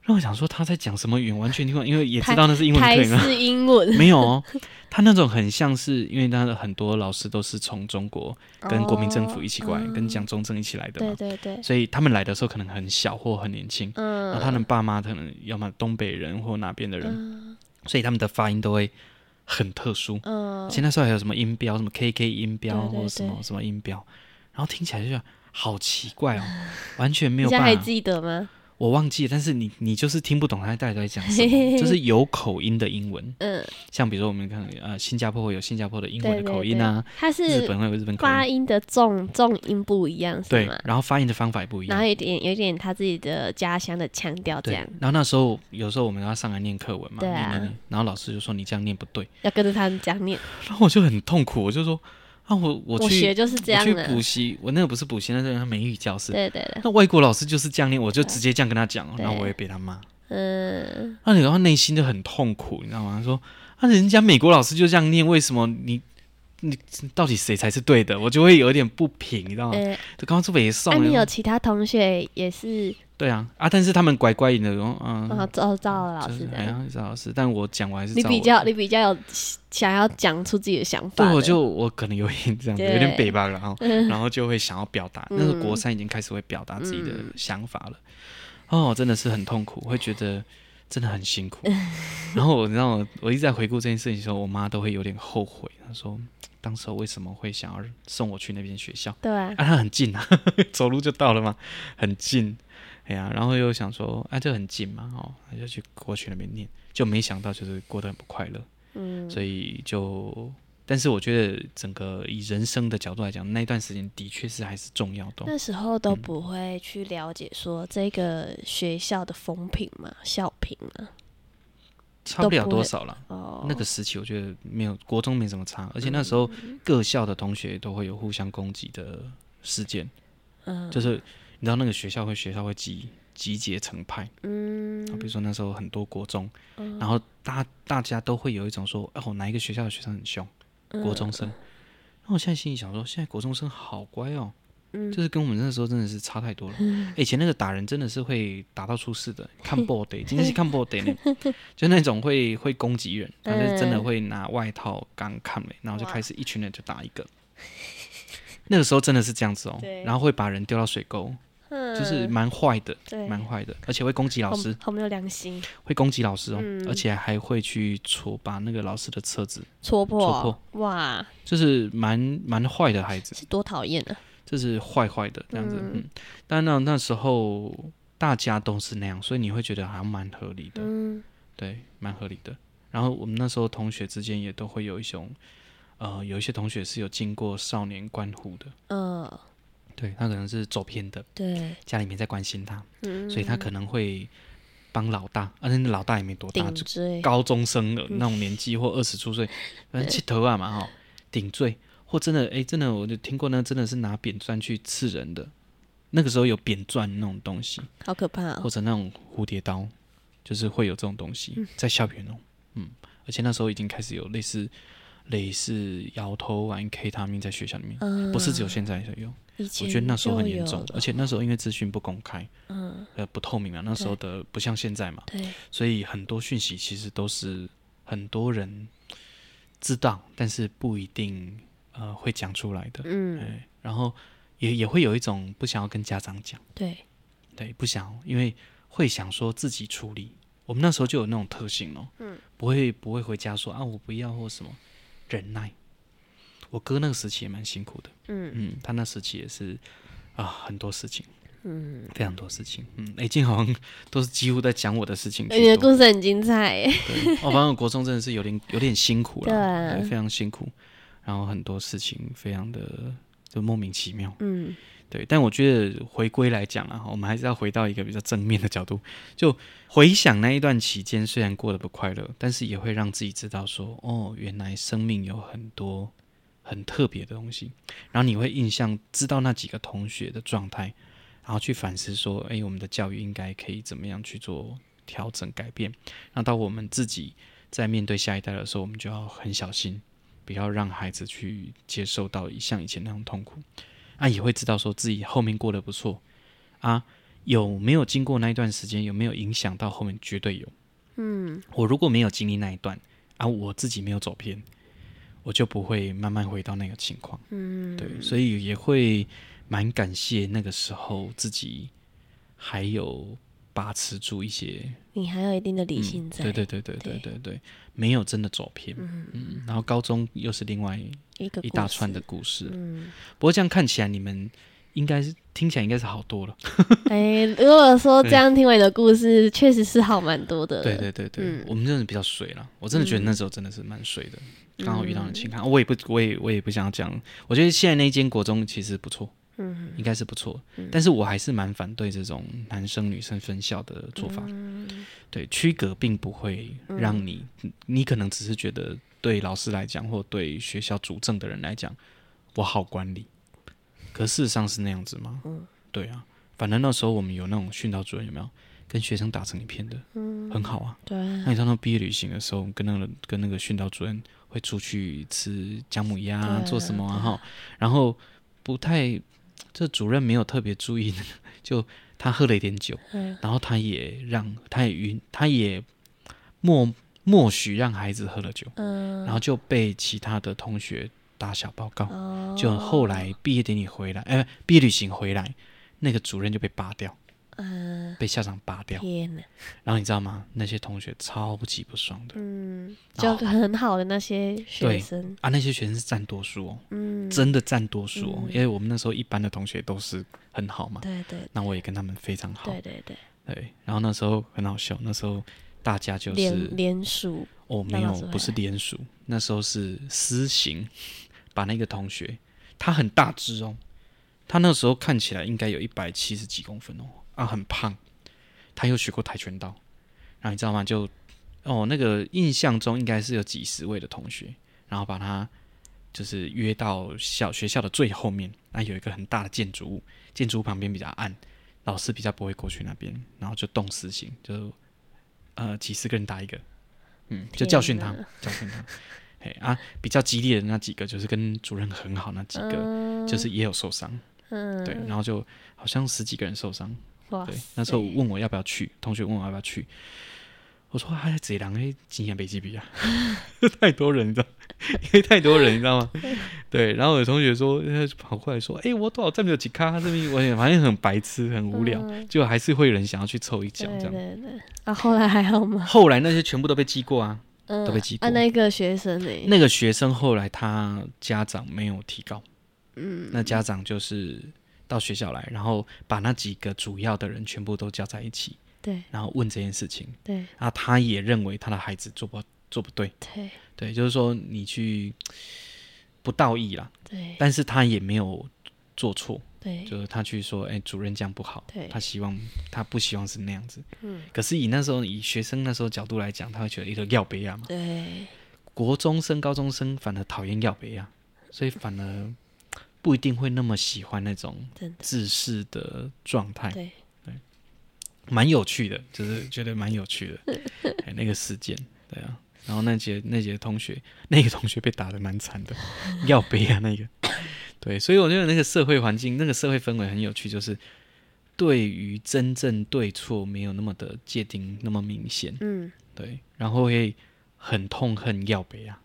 S2: 让我想说他在讲什么语言，完全听不懂，因为也
S1: 台
S2: 知道那是英
S1: 对
S2: 文
S1: 台
S2: 对吗？
S1: 式英文 <laughs>
S2: 没有哦，他那种很像是，因为他的很多老师都是从中国 <laughs> 跟国民政府一起过来，
S1: 哦
S2: 跟蒋中正一起来的
S1: 对
S2: 嘛，
S1: 对对，
S2: 所以他们来的时候可能很小或很年轻，然
S1: 嗯，
S2: 后他们爸妈可能要么东北人或哪边的人，
S1: 嗯
S2: 所以他们的发音都会很特殊。
S1: 嗯
S2: 而，且那时候还有什么音标，什么 KK 音标
S1: 对对
S2: 或者什么
S1: 对
S2: 什么音标，然后听起来就觉得好奇怪
S1: <laughs>
S2: 哦，完全
S1: 你
S2: 没有
S1: 现在
S2: 办
S1: 还
S2: 法，
S1: 记得吗？
S2: 我忘记了，但是你你就是听不懂他到底在讲什么，
S1: <laughs>
S2: 就是有口音的英文，
S1: 嗯，
S2: 像比如说我们看呃新加坡会有新加坡的英
S1: 对
S2: 文
S1: 对
S2: 的口
S1: 对
S2: 音啊，，
S1: 它
S2: 日
S1: 是
S2: 本会有日本口
S1: 发
S2: 音，
S1: 音的重重音不一样是
S2: 对
S1: 吗，？
S2: 然后发音的方法也不一
S1: 然
S2: 样
S1: 后。有点有点他自己的家乡的腔调这
S2: 对
S1: 样，，
S2: 然后那时候有时候我们要上来念课文嘛，
S1: 对
S2: 念
S1: 啊
S2: 念念然后老师就说你这样念不对，
S1: 要跟着他们讲念。
S2: 然后我就很痛苦，我就说啊我我
S1: 我
S2: 去
S1: 学就是这
S2: 我
S1: 样
S2: 去
S1: 的，
S2: 补习，我那个不是补习，那是美语教室，
S1: 对对对，
S2: 那外国老师就是这样念，我就直接这样跟他讲，哦
S1: 对
S2: 然后我也被他骂，
S1: 嗯，
S2: 那你然后内心就很痛苦，你知道吗？说啊，人家美国老师就这样念，为什么你你到底谁才是对的？我就会有一点不平，你知道吗？
S1: 呃，
S2: 就刚刚这北
S1: 那
S2: 送
S1: 你有
S2: 了，
S1: 其他同学也是
S2: 对啊啊，但是他们乖乖的，然后
S1: 啊，
S2: 嗯，
S1: 照照了老
S2: 就
S1: 师
S2: 是
S1: 的
S2: 哎，呀，赵老师，但我讲我还是
S1: 你
S2: 照
S1: 比
S2: 我
S1: 较你比较有想要讲出自己的想法
S2: 对，
S1: 的，
S2: 我就我可能有点这样子，
S1: 对
S2: 有点北吧，然后然后就会想要表达，
S1: 嗯
S2: 那时候国三已经开始会表达自己的想法了，哦，真的是很痛苦，会觉得真的很辛苦。 <laughs> 然后我你知道我我一直在回顾这件事情的时候，我妈都会有点后悔，她说当时候为什么会想要送我去那边学校
S1: 对啊，
S2: <laughs> 啊？它很近啊， <laughs> 走路就到了嘛，很近。哎呀，然后又想说啊，就很近嘛，哦，那就去过去那边念，就没想到就是过得很不快乐。
S1: 嗯，
S2: 所以就但是我觉得整个以人生的角度来讲，那一段时间的确是还是重要的哦、
S1: 那时候都不会去了解说这个学校的风评嘛、校评啊嘛。
S2: 差不了多少了。
S1: 哦，
S2: 那个时期我觉得没有国中没什么差，而且那时候
S1: 嗯
S2: 各校的同学都会有互相攻击的事件，
S1: 嗯
S2: 就是你知道那个学校会学校会集集结成派，啊比
S1: 嗯
S2: 如说那时候很多国中，然后大大家都会有一种说，哦哪一个学校的学生很凶，国中生。那我现在心里想说，现在国中生好乖哦，
S1: 嗯
S2: 就是跟我们那时候真的是差太
S1: <laughs>
S2: 多了。以前那个打人真的是会打到出事的，
S1: <laughs>
S2: 看 b o d 今天是看 b o d 呢，就那种会会攻击人，他就真
S1: 哎
S2: 的会拿外套刚看没，然后就开始一群人就打一个。那个时候真的是这样子哦
S1: 对，
S2: 然后会把人丢到水沟，就是
S1: 嗯
S2: 蛮坏的，
S1: 对，哦
S2: 蛮坏的，而且会攻击老
S1: 好
S2: 师，
S1: 好没有良心，
S2: 会攻击老师哦，
S1: 嗯
S2: 而且还会去戳把那个老师的车子，
S1: 戳破，
S2: 戳啊
S1: 哇，
S2: 就是蛮蛮坏的孩子。
S1: 是多讨厌啊！
S2: 这是坏坏的这样子。
S1: 嗯
S2: 嗯，但那那时候大家都是那样，所以你会觉得好像蛮合理的，
S1: 嗯
S2: 对，蛮合理的。然后我们那时候同学之间也都会有一种，呃，有一些同学是有经过少年关护的，
S1: 呃，
S2: 对他可能是走偏的，
S1: 对，
S2: 家里面在关心他，
S1: 嗯，
S2: 所以他可能会帮老大，而、啊、且老大也没多大，
S1: 顶
S2: 就
S1: 罪，
S2: 高中生了那种年纪或
S1: 嗯
S2: 二十出岁，反正气头啊嘛哈，顶罪或真的哎、真的我就听过那真的是拿扁钻去刺人的，那个时候有扁钻那种东西，
S1: 好可怕
S2: 或
S1: 哦！
S2: 者那种蝴蝶刀，就是会有这种东西在校园哦，嗯，而且那时候已经开始有类似类似摇头丸、K 他命在学校里面，
S1: 嗯，
S2: 不是只有现在才有，
S1: 以前
S2: 我觉得那时候很严
S1: 就有
S2: 重
S1: 了，
S2: 而且那时候因为资讯不公开，
S1: 嗯，
S2: 呃不透明啊，那时候的不像现在嘛，
S1: 对，
S2: 所以很多讯息其实都是很多人知道，但是不一定呃会讲出来的。
S1: 嗯，
S2: 哎，然后也也会有一种不想要跟家长讲，
S1: 对，
S2: 对，不想要，因为会想说自己处理。我们那时候就有那种特性哦，嗯，不会不会回家说啊我不要或什么，忍耐。我哥那个时期也蛮辛苦的，
S1: 嗯
S2: 嗯，他那时期也是啊很多事情，
S1: 嗯，
S2: 非常多事情，嗯，哎，今天好像都是几乎在讲我的事情居多，
S1: 哎你的故事很精彩耶，
S2: 对，哦，反正我国中真的是有点有点辛苦了，
S1: 对啊
S2: 非常辛苦，然后很多事情非常的就莫名其妙，
S1: 嗯
S2: 对。但我觉得回归来讲啊，我们还是要回到一个比较正面的角度，就回想那一段期间，虽然过得不快乐，但是也会让自己知道说，哦，原来生命有很多很特别的东西，然后你会印象知道那几个同学的状态，然后去反思说，哎，我们的教育应该可以怎么样去做调整改变。那到我们自己在面对下一代的时候，我们就要很小心，不要让孩子去接受到像以前那样痛苦。啊，也会知道说自己后面过得不错啊，有没有经过那一段时间，有没有影响到后面，绝对有。
S1: 嗯，
S2: 我如果没有经历那一段啊，我自己没有走偏，我就不会慢慢回到那个情况。嗯，对，所以也会蛮感谢那个时候自己还有把持住一些
S1: 你还有一定的理
S2: 嗯
S1: 性在，
S2: 对对对对对对对，没有真的走偏。嗯嗯，然后高中又是另外
S1: 一个
S2: 一
S1: 故
S2: 大串
S1: 事，
S2: 的故事。
S1: 嗯，
S2: 不过这样看起来，你们应该是听起来应该是好多了。
S1: 哎，如果说这样听完你的故事，确实是好蛮多的，
S2: 对，对对对，
S1: 嗯
S2: 我们真的比较水了。我真的觉得那时候真的是蛮水的，
S1: 嗯
S2: 刚好遇到了情感。哦我也不，我也我也不想要讲。我觉得现在那间国中其实不错，
S1: 嗯，
S2: 应该是不错，但是我还是蛮反对这种男生女生分校的做法。
S1: 嗯
S2: 对，区隔并不会让你，你可能只是觉得对老师来讲，或对学校主政的人来讲，我好管理。可事实上是那样子吗？嗯，对啊。反正那时候我们有那种训导主任有没有跟学生打成一片的，嗯，很好啊。
S1: 对啊，
S2: 那你知道那毕业旅行的时候，跟那个跟那个训导主任会出去吃姜母鸭、
S1: 对啊
S2: 啊，做什么啊哈、然后不太，这主任没有特别注意，就他喝了一点酒，
S1: 嗯
S2: 然后他也让他也允他也默默许让孩子喝了酒，
S1: 嗯，
S2: 然后就被其他的同学打小报告。
S1: 哦，
S2: 就后来毕业典礼回来，哎、毕业旅行回来，那个主任就被罢掉，
S1: 嗯，
S2: 被校长罢掉。
S1: 天哪，
S2: 然后你知道吗？那些同学超级不爽的。
S1: 嗯，就
S2: 然后
S1: 很好的那些学
S2: 对
S1: 生，
S2: 啊，那些学生是占多数哦，
S1: 嗯，
S2: 真的占多数哦，因为我们那时候一般的同学都是很好嘛，
S1: 对对
S2: 那我也跟他们非常好，
S1: 对对对，
S2: 对然后那时候很好笑，那时候大家就是
S1: 联联署，
S2: 哦，
S1: 那
S2: 没有
S1: 老师，
S2: 不是联署，那时候是私刑， <laughs> 把那个同学，他很大只哦，他那时候看起来应该有一百七十几公分哦，啊，很胖，他又学过跆拳道，然后你知道吗？就哦，那个印象中应该是有几十位的同学，然后把他就是约到校学校的最后面，那有一个很大的建筑物，建筑物旁边比较暗，老师比较不会过去那边，然后就动私刑，就呃几十个人打一个，嗯，就教训他
S1: 天，
S2: 教训他。嘿啊，比较激烈的那几个就是跟主任很好那几个，
S1: 嗯
S2: 就是也有受伤，
S1: 嗯，
S2: 对，然后就好像十几个人受伤，
S1: 哇 <laughs>
S2: 对
S1: 塞，，
S2: 那时候问我要不要去，同学问我要不要去，我说哎，这人哎，今年北极比啊， <laughs> 太多人，你知道， <laughs> 因为太多人，你知
S1: <laughs>
S2: 道吗？对，然后有同学说，他就跑过来说，哎、我多少站没有几咖，这边我也反正很白痴，很无聊，
S1: 嗯
S2: 就还是会有人想要去凑一脚
S1: 对
S2: 这样。
S1: 对对，啊，后来还好吗？
S2: 后来那些全部都被记过啊，
S1: <laughs> 嗯，
S2: 都被记
S1: 啊，
S2: 过
S1: 那个学生呢？
S2: 那个学生后来他家长没有提告，嗯，那家长就是到学校来，然后把那几个主要的人全部都叫在一起，
S1: 对
S2: 然后问这件事情。
S1: 对
S2: 啊，他也认为他的孩子做不做不对，
S1: 对
S2: 对，就是说你去不道义啦，
S1: 对
S2: 但是他也没有做错，
S1: 对
S2: 就是他去说，哎、主任这样不好
S1: 对，
S2: 他希望他不希望是那样子，
S1: 嗯，
S2: 可是以那时候以学生那时候角度来讲，他会觉得一个要杯啊嘛，
S1: 对，
S2: 国中生、高中生反而讨厌要杯啊，所以反而不一定会那么喜欢那种
S1: 真的
S2: 自视的状态，
S1: 对，
S2: 蛮有趣的，就是觉得蛮有趣的，哎，那个事件，对啊。然后那节那节同学，那个同学被打的蛮惨的，要背啊那个，对，所以我觉得那个社会环境，那个社会氛围很有趣，就是对于真正对错没有那么的界定那么明显，
S1: 嗯，
S2: 对，然后会很痛恨要背啊。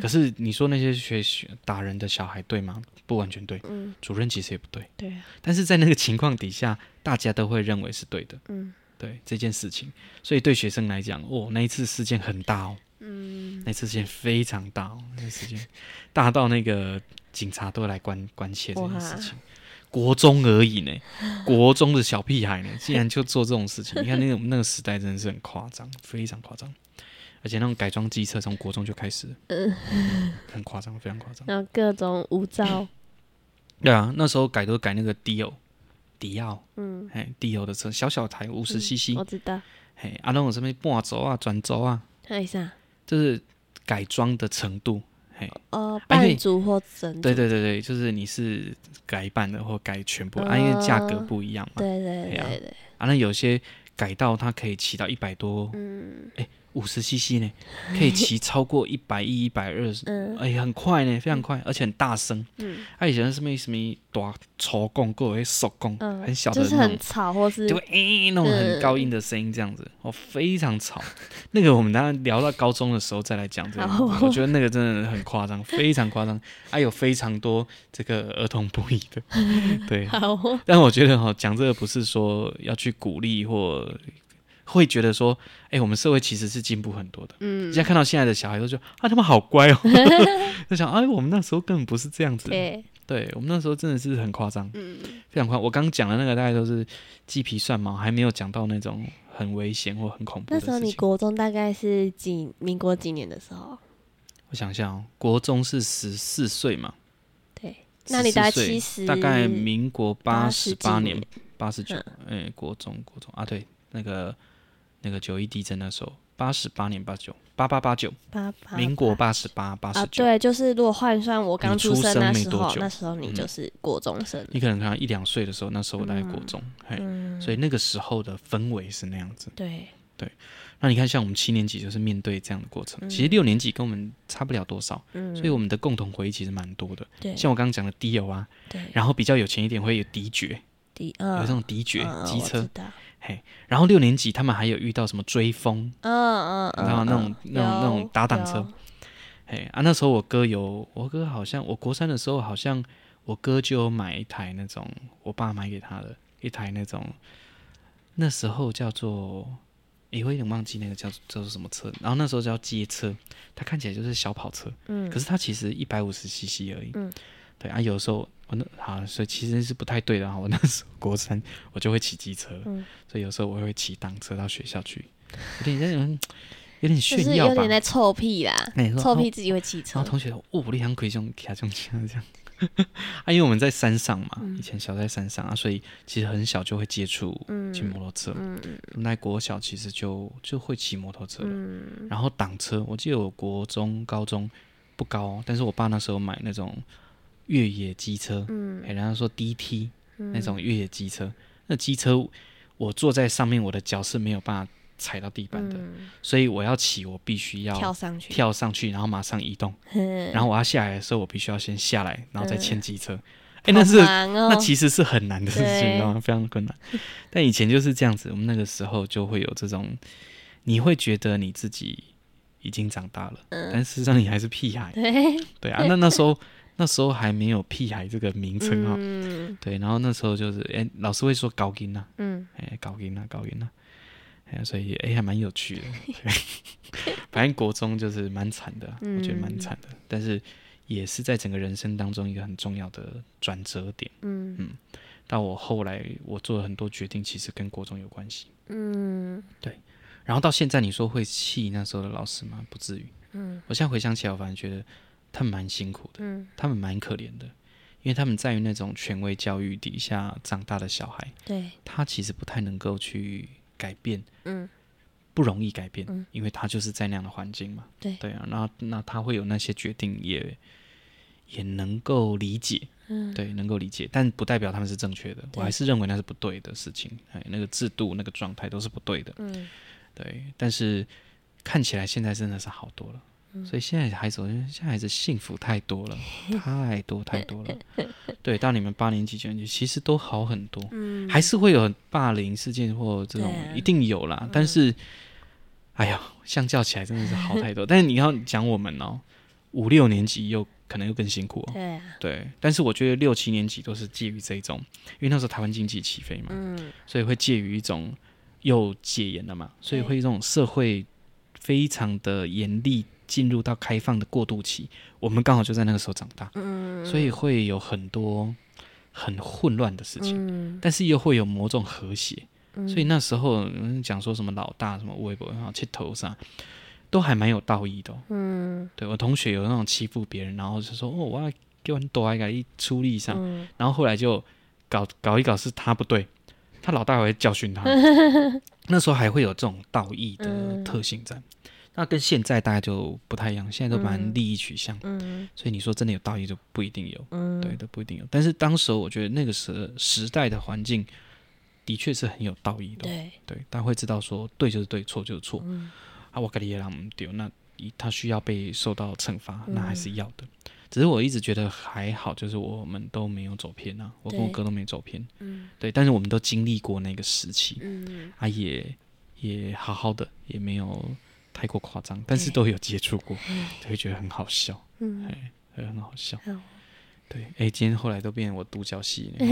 S2: 可是你说那些学学打人的小孩对吗？不完全对，
S1: 嗯
S2: 主任其实也不对，
S1: 对啊，
S2: 但是在那个情况底下，大家都会认为是对的，
S1: 嗯
S2: 对这件事情，所以对学生来讲，哦，那一次事件很大哦，
S1: 嗯，
S2: 那次事件非常大哦，那事件大到那个警察都来关关切这件事情。国中而已呢，国中的小屁孩呢，竟然就做这种事情。你看那种那个时代真的是很夸张，非常夸张，而且那种改装机车从国中就开始了，嗯很夸张，非常夸张。
S1: 然后各种 <laughs> 无照，
S2: 对啊，那时候改都改那个迪欧，迪奥，
S1: 嗯，
S2: 哎，迪欧的车，小小台五十 CC，
S1: 我知道，
S2: 嘿，啊，那种什么半轴啊、转轴啊，
S1: 看一下，
S2: 就是改装的程度。嘿，
S1: 哦，
S2: 哎对
S1: 半组或整组，
S2: 对对对对，就是你是改版的或改全部，啊，
S1: 嗯
S2: 因为价格不一样嘛。
S1: 对对
S2: 哎呀
S1: 对对，
S2: 啊，那有些改到它可以骑到一百多，
S1: 嗯
S2: 五十 CC 呢，可以骑超过一百一、一百二十，
S1: 嗯
S2: 哎，很快呢，非常快，而且很大声。
S1: 嗯
S2: 啊，以前什么什么大粗共，各位手共，
S1: 嗯，
S2: 很小的
S1: 就
S2: 那
S1: 是
S2: 种。
S1: 很吵，或是 <laughs>
S2: 就会诶、那
S1: 嗯
S2: 种很高音的声音，这样子，哦，非常吵。那个我们当然聊到高中的时候再来讲这个，
S1: 好
S2: 我觉得那个真的很夸张，非常夸张，还、有非常多这个儿童不宜
S1: <laughs>
S2: 的，对。
S1: 好，
S2: 但我觉得哈、哦，讲这个不是说要去鼓励或会觉得说，哎，我们社会其实是进步很多的。
S1: 嗯
S2: 人，家看到现在的小孩都觉得啊，他们好
S1: <laughs>
S2: 乖哦， <laughs> 就想哎，我们那时候根本不是这样子的，
S1: 对，
S2: 对我们那时候真的是很夸张，
S1: 嗯
S2: 非常宽。我刚讲的那个大概都是鸡皮蒜毛，还没有讲到那种很危险或很恐怖
S1: 那
S2: 的
S1: 时候
S2: 事
S1: 你
S2: 情。
S1: 国中大概是几民国几年的时候？
S2: 我想一下哦，国中是十四岁嘛，
S1: 对，那你大概
S2: 14岁
S1: 七十，
S2: 大概民国八十八
S1: 80
S2: 年
S1: 几、嗯
S2: 八十九，哎，国中国中啊，对，那个那个九一地震那时候，八十八年八九八八八九，
S1: 八八
S2: 民国八十八八
S1: 啊，
S2: 十九，
S1: 对，就是如果换算我刚
S2: 你
S1: 出
S2: 出
S1: 生
S2: 生
S1: 那
S2: 没
S1: 时
S2: 多
S1: 候，
S2: 久嗯
S1: 那时候你就是国中生，
S2: 你可能看到一两岁的时候，那时候我大概国中，嘿，
S1: 嗯，
S2: 所以那个时候的氛围是那样子。
S1: 对，
S2: 那你看，像我们七年级就是面对这样的过程，其实六年级跟我们差不了多少，
S1: 嗯，
S2: 所以我们的共同回忆其实蛮多的。
S1: 对
S2: 像我刚刚讲的 D O 啊，
S1: 对，
S2: 然后比较有钱一点会有迪爵，
S1: 第
S2: 有
S1: 二
S2: 这种迪爵机车，，
S1: 嗯
S2: 嘿。然后六年级他们还有遇到什么追风，
S1: 嗯嗯，
S2: 然后那种那种那种打挡车
S1: 有，
S2: 嘿啊。那时候我哥有，我哥好像我国三的时候好像我哥就有买一台那种我爸买给他的一台那种，那时候叫做。诶，我有点忘记那个叫叫做什么车，然后那时候叫街车，它看起来就是小跑车，
S1: 嗯，
S2: 可是它其实一百五十 CC 而已。
S1: 嗯
S2: 对啊，有时候我那好，所以其实是不太对的啊。我那时候国三，我就会骑机车了，
S1: 嗯
S2: 所以有时候我会骑单车到学校去。有点有点有点
S1: 就
S2: 炫
S1: 是
S2: 耀
S1: 有
S2: 吧
S1: 点。在臭屁啦
S2: 哎说，
S1: 臭屁自己会骑车
S2: 然后，同学说：“哦，我力量可以用卡这样这样这样。啊，因为我们在山上嘛，以前小在山上啊，所以其实很小就会接触骑摩托车。嗯那国小其实就就会骑摩托车了。然后挡车，我记得我国中、高中不高、哦，但是我爸那时候买那种越野机车，嗯，人家说 DT
S1: 嗯
S2: 那种越野机车，那机车我坐在上面，我的脚是没有办法踩到地板的，所以我要骑，我必须要
S1: 嗯跳上去，
S2: 嗯跳上去，然后马上移动，
S1: 然
S2: 然后我要下来的时候，我必须要先下来，然后再牵机车。哎、
S1: 嗯好
S2: 那是、
S1: 忙哦
S2: 那其实是很难的事情，
S1: 对
S2: 你知道吗？非常困难。但以前就是这样子，我们那个时候就会有这种，你会觉得你自己已经长大了，但事实上你还是屁孩。
S1: 嗯
S2: <laughs>
S1: 对，
S2: 对啊，那那时候那时候还没有屁孩这个名称啊、
S1: 嗯
S2: 对，然后那时候就是，哎、老师会说高音呐、
S1: 嗯，
S2: 哎，搞晕了，搞晕了，哎，所以哎，还蛮有趣的。对反正国中就是蛮惨的啊，我觉得蛮惨的，但是也是在整个人生当中一个很重要的转折点。
S1: 嗯
S2: 到我后来，我做了很多决定，其实跟国中有关系。
S1: 嗯
S2: 然后到现在，你说会气那时候的老师吗？不至于。嗯，我现在回想起来，我反而觉得他们蛮辛苦的，
S1: 嗯，
S2: 他们蛮可怜的，因为他们在于那种权威教育底下长大的小孩，
S1: 对，
S2: 他其实不太能够去改变，
S1: 嗯，
S2: 不容易改变，
S1: 嗯
S2: 因为他就是在那样的环境嘛，
S1: 对
S2: 对啊，那那他会有那些决定也，也能够理解，
S1: 嗯
S2: 对，能够理解，但不代表他们是正确的，我
S1: 对
S2: 还是认为那是不对的事情，哎，那个制度、那个状态都是不对的，
S1: 嗯
S2: 对，但是看起来现在真的是好多了。
S1: 嗯
S2: 所以现在孩子，我觉得现在孩子幸福太多
S1: <laughs>
S2: 了，太多太多了。对，到你们八年级、九年级，其实都好很多。
S1: 嗯，
S2: 还是会有霸凌事件或这种
S1: 对啊，
S2: 一定有啦。但是，哎呀，相较起来真的是好太多。 <laughs> 但是你要讲我们哦，五六年级又可能又更辛苦哦。
S1: 对啊，
S2: 对，但是我觉得六七年级都是介于这一种，因为那时候台湾经济起飞嘛，
S1: 嗯
S2: 所以会介于一种又戒严了嘛，所以
S1: 对
S2: 会一种社会非常的严厉进入到开放的过渡期。我们刚好就在那个时候长大，
S1: 嗯，
S2: 所以会有很多很混乱的事情。
S1: 嗯
S2: 但是又会有某种和谐。
S1: 嗯
S2: 所以那时候嗯讲说什么老大什么微博啊、剃头啥，都还蛮有道义的哦、
S1: 嗯
S2: 对我同学有那种欺负别人，然后就说哦，我要给我多一个一出力上，
S1: 嗯
S2: 然后后来就搞搞一搞是他不对，他老大还会
S1: <laughs>
S2: 教训他。那时候还会有这种道义的
S1: 嗯
S2: 特性在，那跟现在大家就不太一样，现在都蛮
S1: 嗯
S2: 利益取向，
S1: 嗯
S2: 所以你说真的有道义就不一定有。
S1: 嗯，
S2: 对，都不一定有。但是当时我觉得那个时时代的环境的确是很有道义的哦，
S1: 对，
S2: 对，大家会知道说对就是对，错就是错、
S1: 嗯
S2: 啊，我跟你也让们丢，那一他需要被受到惩罚，那还
S1: 嗯
S2: 是要的。只是我一直觉得还好，就是我们都没有走偏啊，我跟我
S1: 对
S2: 哥都没走偏，
S1: 嗯
S2: 对，但是我们都经历过那个时期，
S1: 嗯
S2: 啊也也好好的，也没有太过夸张，但是都有接触过，就会觉得很好笑，
S1: 嗯，
S2: 哎，会很好笑。
S1: 好
S2: 对，哎、今天后来都变我独角戏
S1: <laughs>
S2: 了。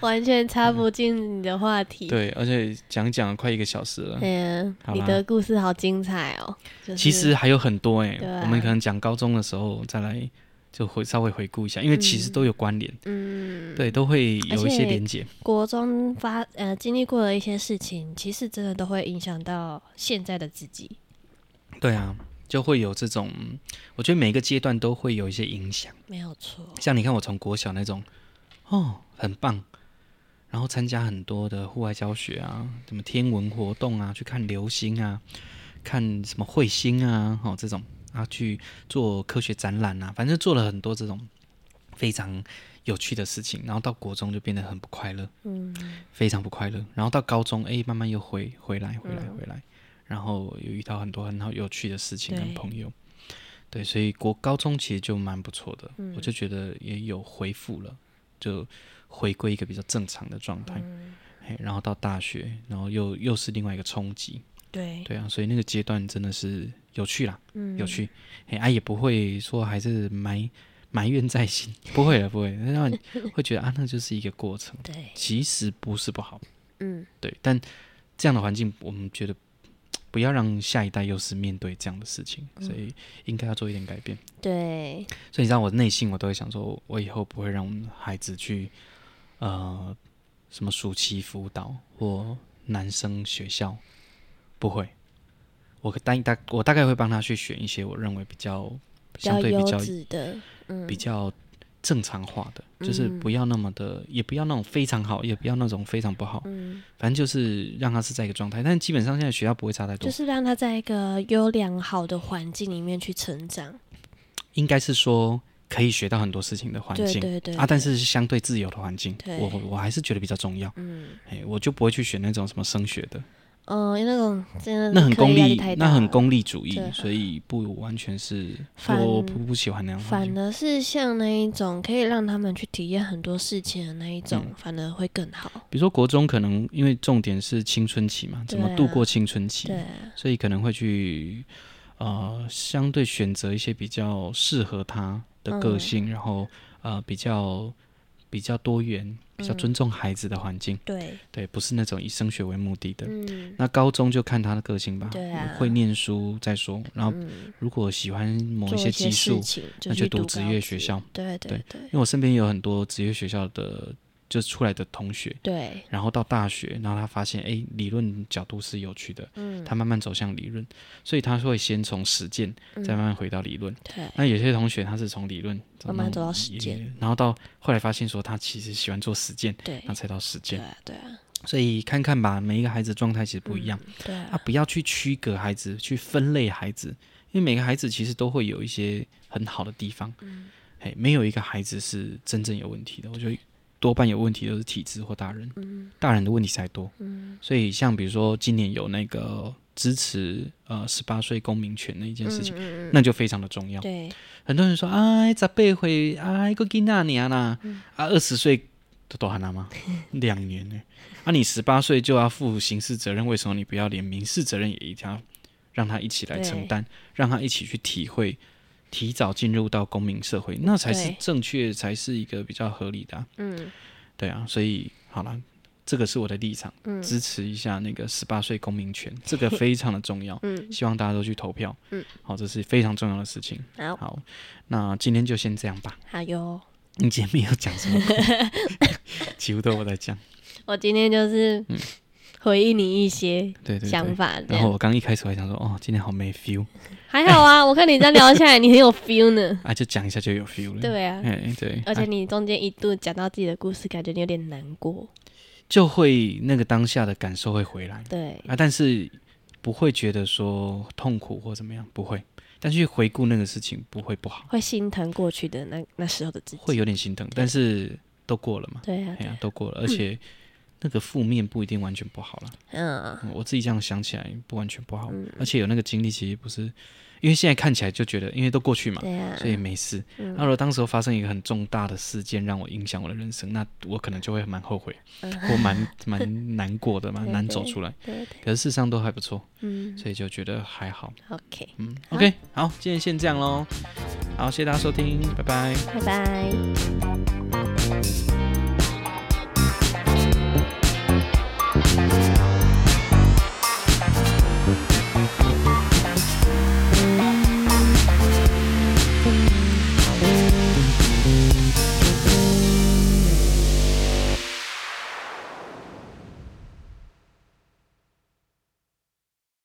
S1: 完全插不进你的话题。
S2: 对，而且讲讲快一个小时了
S1: 哎，呀，
S2: 好
S1: 你
S2: 啦
S1: 的故事好精彩哦！就是
S2: 其实还有很多哎、
S1: 对啊
S2: 我们可能讲高中的时候再来就回稍微回顾一下，因为其实都有关联，
S1: 嗯，
S2: 对，都会有一
S1: 而
S2: 些
S1: 且
S2: 连结。
S1: 国中发呃经历过的一些事情，其实真的都会影响到现在的自己。
S2: 对啊，就会有这种，我觉得每个阶段都会有一些影响。
S1: 没有错，
S2: 像你看，我从国小那种，哦，很棒，然后参加很多的户外教学啊，什么天文活动啊，去看流星啊，看什么彗星啊，哦这种啊，去做科学展览啊，反正做了很多这种非常有趣的事情。然后到国中就变得很不快乐，
S1: 嗯
S2: 非常不快乐。然后到高中，哎，慢慢又回回
S1: 嗯
S2: 来，回来，回来，然后又遇到很多很好有趣的事情
S1: 对
S2: 跟朋友。对，所以国高中其实就蛮不错的，
S1: 嗯
S2: 我就觉得也有恢复了，就回归一个比较正常的状态。
S1: 嗯，
S2: 嘿，然后到大学，然后又又是另外一个冲击。
S1: 对，
S2: 对啊，所以那个阶段真的是有趣啦，
S1: 嗯，
S2: 有趣。嘿，啊也不会说还是埋埋怨在心， <laughs> 不会了，不会，那你会觉得啊，那就是一个过程，
S1: 对，
S2: 其实不是不好。
S1: 嗯
S2: 对，但这样的环境，我们觉得不要让下一代又是面对这样的事情，
S1: 嗯
S2: 所以应该要做一点改变。
S1: 对，
S2: 所以你知道，我内心我都会想说，我以后不会让我们的孩子去呃什么暑期辅导或男生学校不会，我大大我大概会帮他去选一些我认为比较
S1: 比
S2: 相
S1: 较
S2: 对比
S1: 优
S2: 较
S1: 质的，嗯，
S2: 比较正常化的，就是
S1: 嗯
S2: 不要那么的，也不要那种非常好，也不要那种非常不好，
S1: 嗯，
S2: 反正就是让他是在一个状态。但基本上现在学校不会差太
S1: 就
S2: 多，
S1: 是让他在一个优良好的环境里面去成长。
S2: 应该是说可以学到很多事情的环
S1: 对
S2: 境
S1: 对对
S2: 啊，但是是相对自由的环境，
S1: 对
S2: 我我还是觉得比较重要。
S1: 嗯
S2: 哎，我就不会去选那种什么升学的，
S1: 嗯、呃，那种真的
S2: 那很
S1: 课业
S2: 功
S1: 压力
S2: 利
S1: 太，大
S2: 那很
S1: 了
S2: 功利主义
S1: 对，
S2: 所以不完全是
S1: 反
S2: 我不不喜欢那样的环境
S1: 反而是像那一种可以让他们去体验很多事情的那一种，
S2: 嗯
S1: 反而会更好。
S2: 比如说国中可能因为重点是青春期嘛，怎么
S1: 对啊
S2: 度过青春期，
S1: 对，啊
S2: 所以可能会去呃相对选择一些比较适合他的个性，
S1: 嗯
S2: 然后呃比较比较多元、比较尊重孩子的环境，
S1: 对，
S2: 对，不是那种以升学为目的的。
S1: 嗯，
S2: 那高中就看他的个性吧，
S1: 对啊
S2: 会念书再说。然后
S1: 嗯，
S2: 如果喜欢某
S1: 做
S2: 一些技
S1: 些
S2: 术
S1: 事，情，就
S2: 那
S1: 去
S2: 就读
S1: 读
S2: 职
S1: 高
S2: 业
S1: 职
S2: 学校。
S1: 对对对
S2: 因为我身边有很多职业学校的就出来的同学，
S1: 对，
S2: 然后到大学，然后他发现，哎，理论角度是有趣的，
S1: 嗯，
S2: 他慢慢走向理论，所以他会先从实践，
S1: 嗯
S2: 再慢慢回到理论。
S1: 对，
S2: 那有些同学他是从理论
S1: 慢慢走到实践，嗯
S2: 然后到后来发现说他其实喜欢做实践，
S1: 对
S2: 那，才到实
S1: 对
S2: 践。
S1: 啊，对啊，
S2: 所以看看吧，每一个孩子状态其实不一样，
S1: 嗯，对
S2: 啊，
S1: 啊，
S2: 不要去区隔孩子，去分类孩子，因为每个孩子其实都会有一些很好的地方，
S1: 嗯
S2: 嘿，没有一个孩子是真正有问题的。我觉得多半有问题都是体质或大人，
S1: 嗯
S2: 大人的问题才多。
S1: 嗯
S2: 所以像比如说今年有那个支持呃十八岁公民权的一件事情，
S1: 嗯嗯
S2: 那就非常的重要。
S1: 对，
S2: 很多人说啊，十八岁啊，一个囡仔年啦，
S1: 嗯
S2: 啊，二十岁都多喊他吗？ <laughs> 两年呢、啊，你十八岁就要负刑事责任，为什么你不要连民事责任也一条让他一起来承担，让他一起去体会，提早进入到公民社会，那才是
S1: 对
S2: 正确，才是一个比较合理的啊、
S1: 嗯
S2: 对啊，所以好了，这个是我的立场，
S1: 嗯
S2: 支持一下那个十八岁公民权，
S1: <laughs>
S2: 这个非常的重要，
S1: 嗯，
S2: 希望大家都去投票。
S1: 嗯，
S2: 好，这是非常重要的事情。
S1: 好，
S2: 好，那今天就先这样
S1: <laughs>
S2: 吧。
S1: 还有，
S2: 你姐妹要讲什
S1: <laughs>
S2: 么？几乎都我在讲。
S1: 我今天就是 <laughs> 回应你一些
S2: 嗯对对
S1: 想
S2: 对。
S1: 法，这
S2: 然后
S1: 样
S2: 我刚一开始还想说，哦，今天好没 feel
S1: 还好啊，我看你这样聊下来，你很有 feel 呢，
S2: 啊，就讲一下就有 feel 了。，
S1: 对啊。
S2: 哎 <laughs> 对，
S1: 而且
S2: 啊
S1: 你中间一度讲到自己的故事，感觉你有点难过。
S2: 就会那个当下的感受会回来
S1: 对，
S2: 啊，但是不会觉得说痛苦或怎么样，不会。但是回顾那个事情不会不好，
S1: 会心疼过去的那那时候的自己。
S2: 会有点心疼，但是都过了嘛，
S1: 对啊，
S2: 哎
S1: 对啊，
S2: 呀都过了，而且那个负面不一定完全不好了。
S1: 嗯，
S2: 嗯我自己这样想起来不完全不好，
S1: 嗯
S2: 而且有那个经历，其实不是因为现在看起来就觉得，因为都过去嘛，
S1: 对啊，
S2: 所以没事。
S1: 嗯
S2: 那如果当时候发生一个很重大的事件让我影响我的人生，那我可能就会蛮后悔，或
S1: <laughs>
S2: 蛮蛮难过的，蛮
S1: 嗯对
S2: 难
S1: 对
S2: 走出来。
S1: 对对，
S2: 可是事实上都还不错，
S1: 嗯
S2: 所以就觉得还好。
S1: ，OK，
S2: 嗯
S1: 好
S2: ，OK，好，今天先这样喽。好，谢谢大家收听，拜拜。
S1: 拜拜。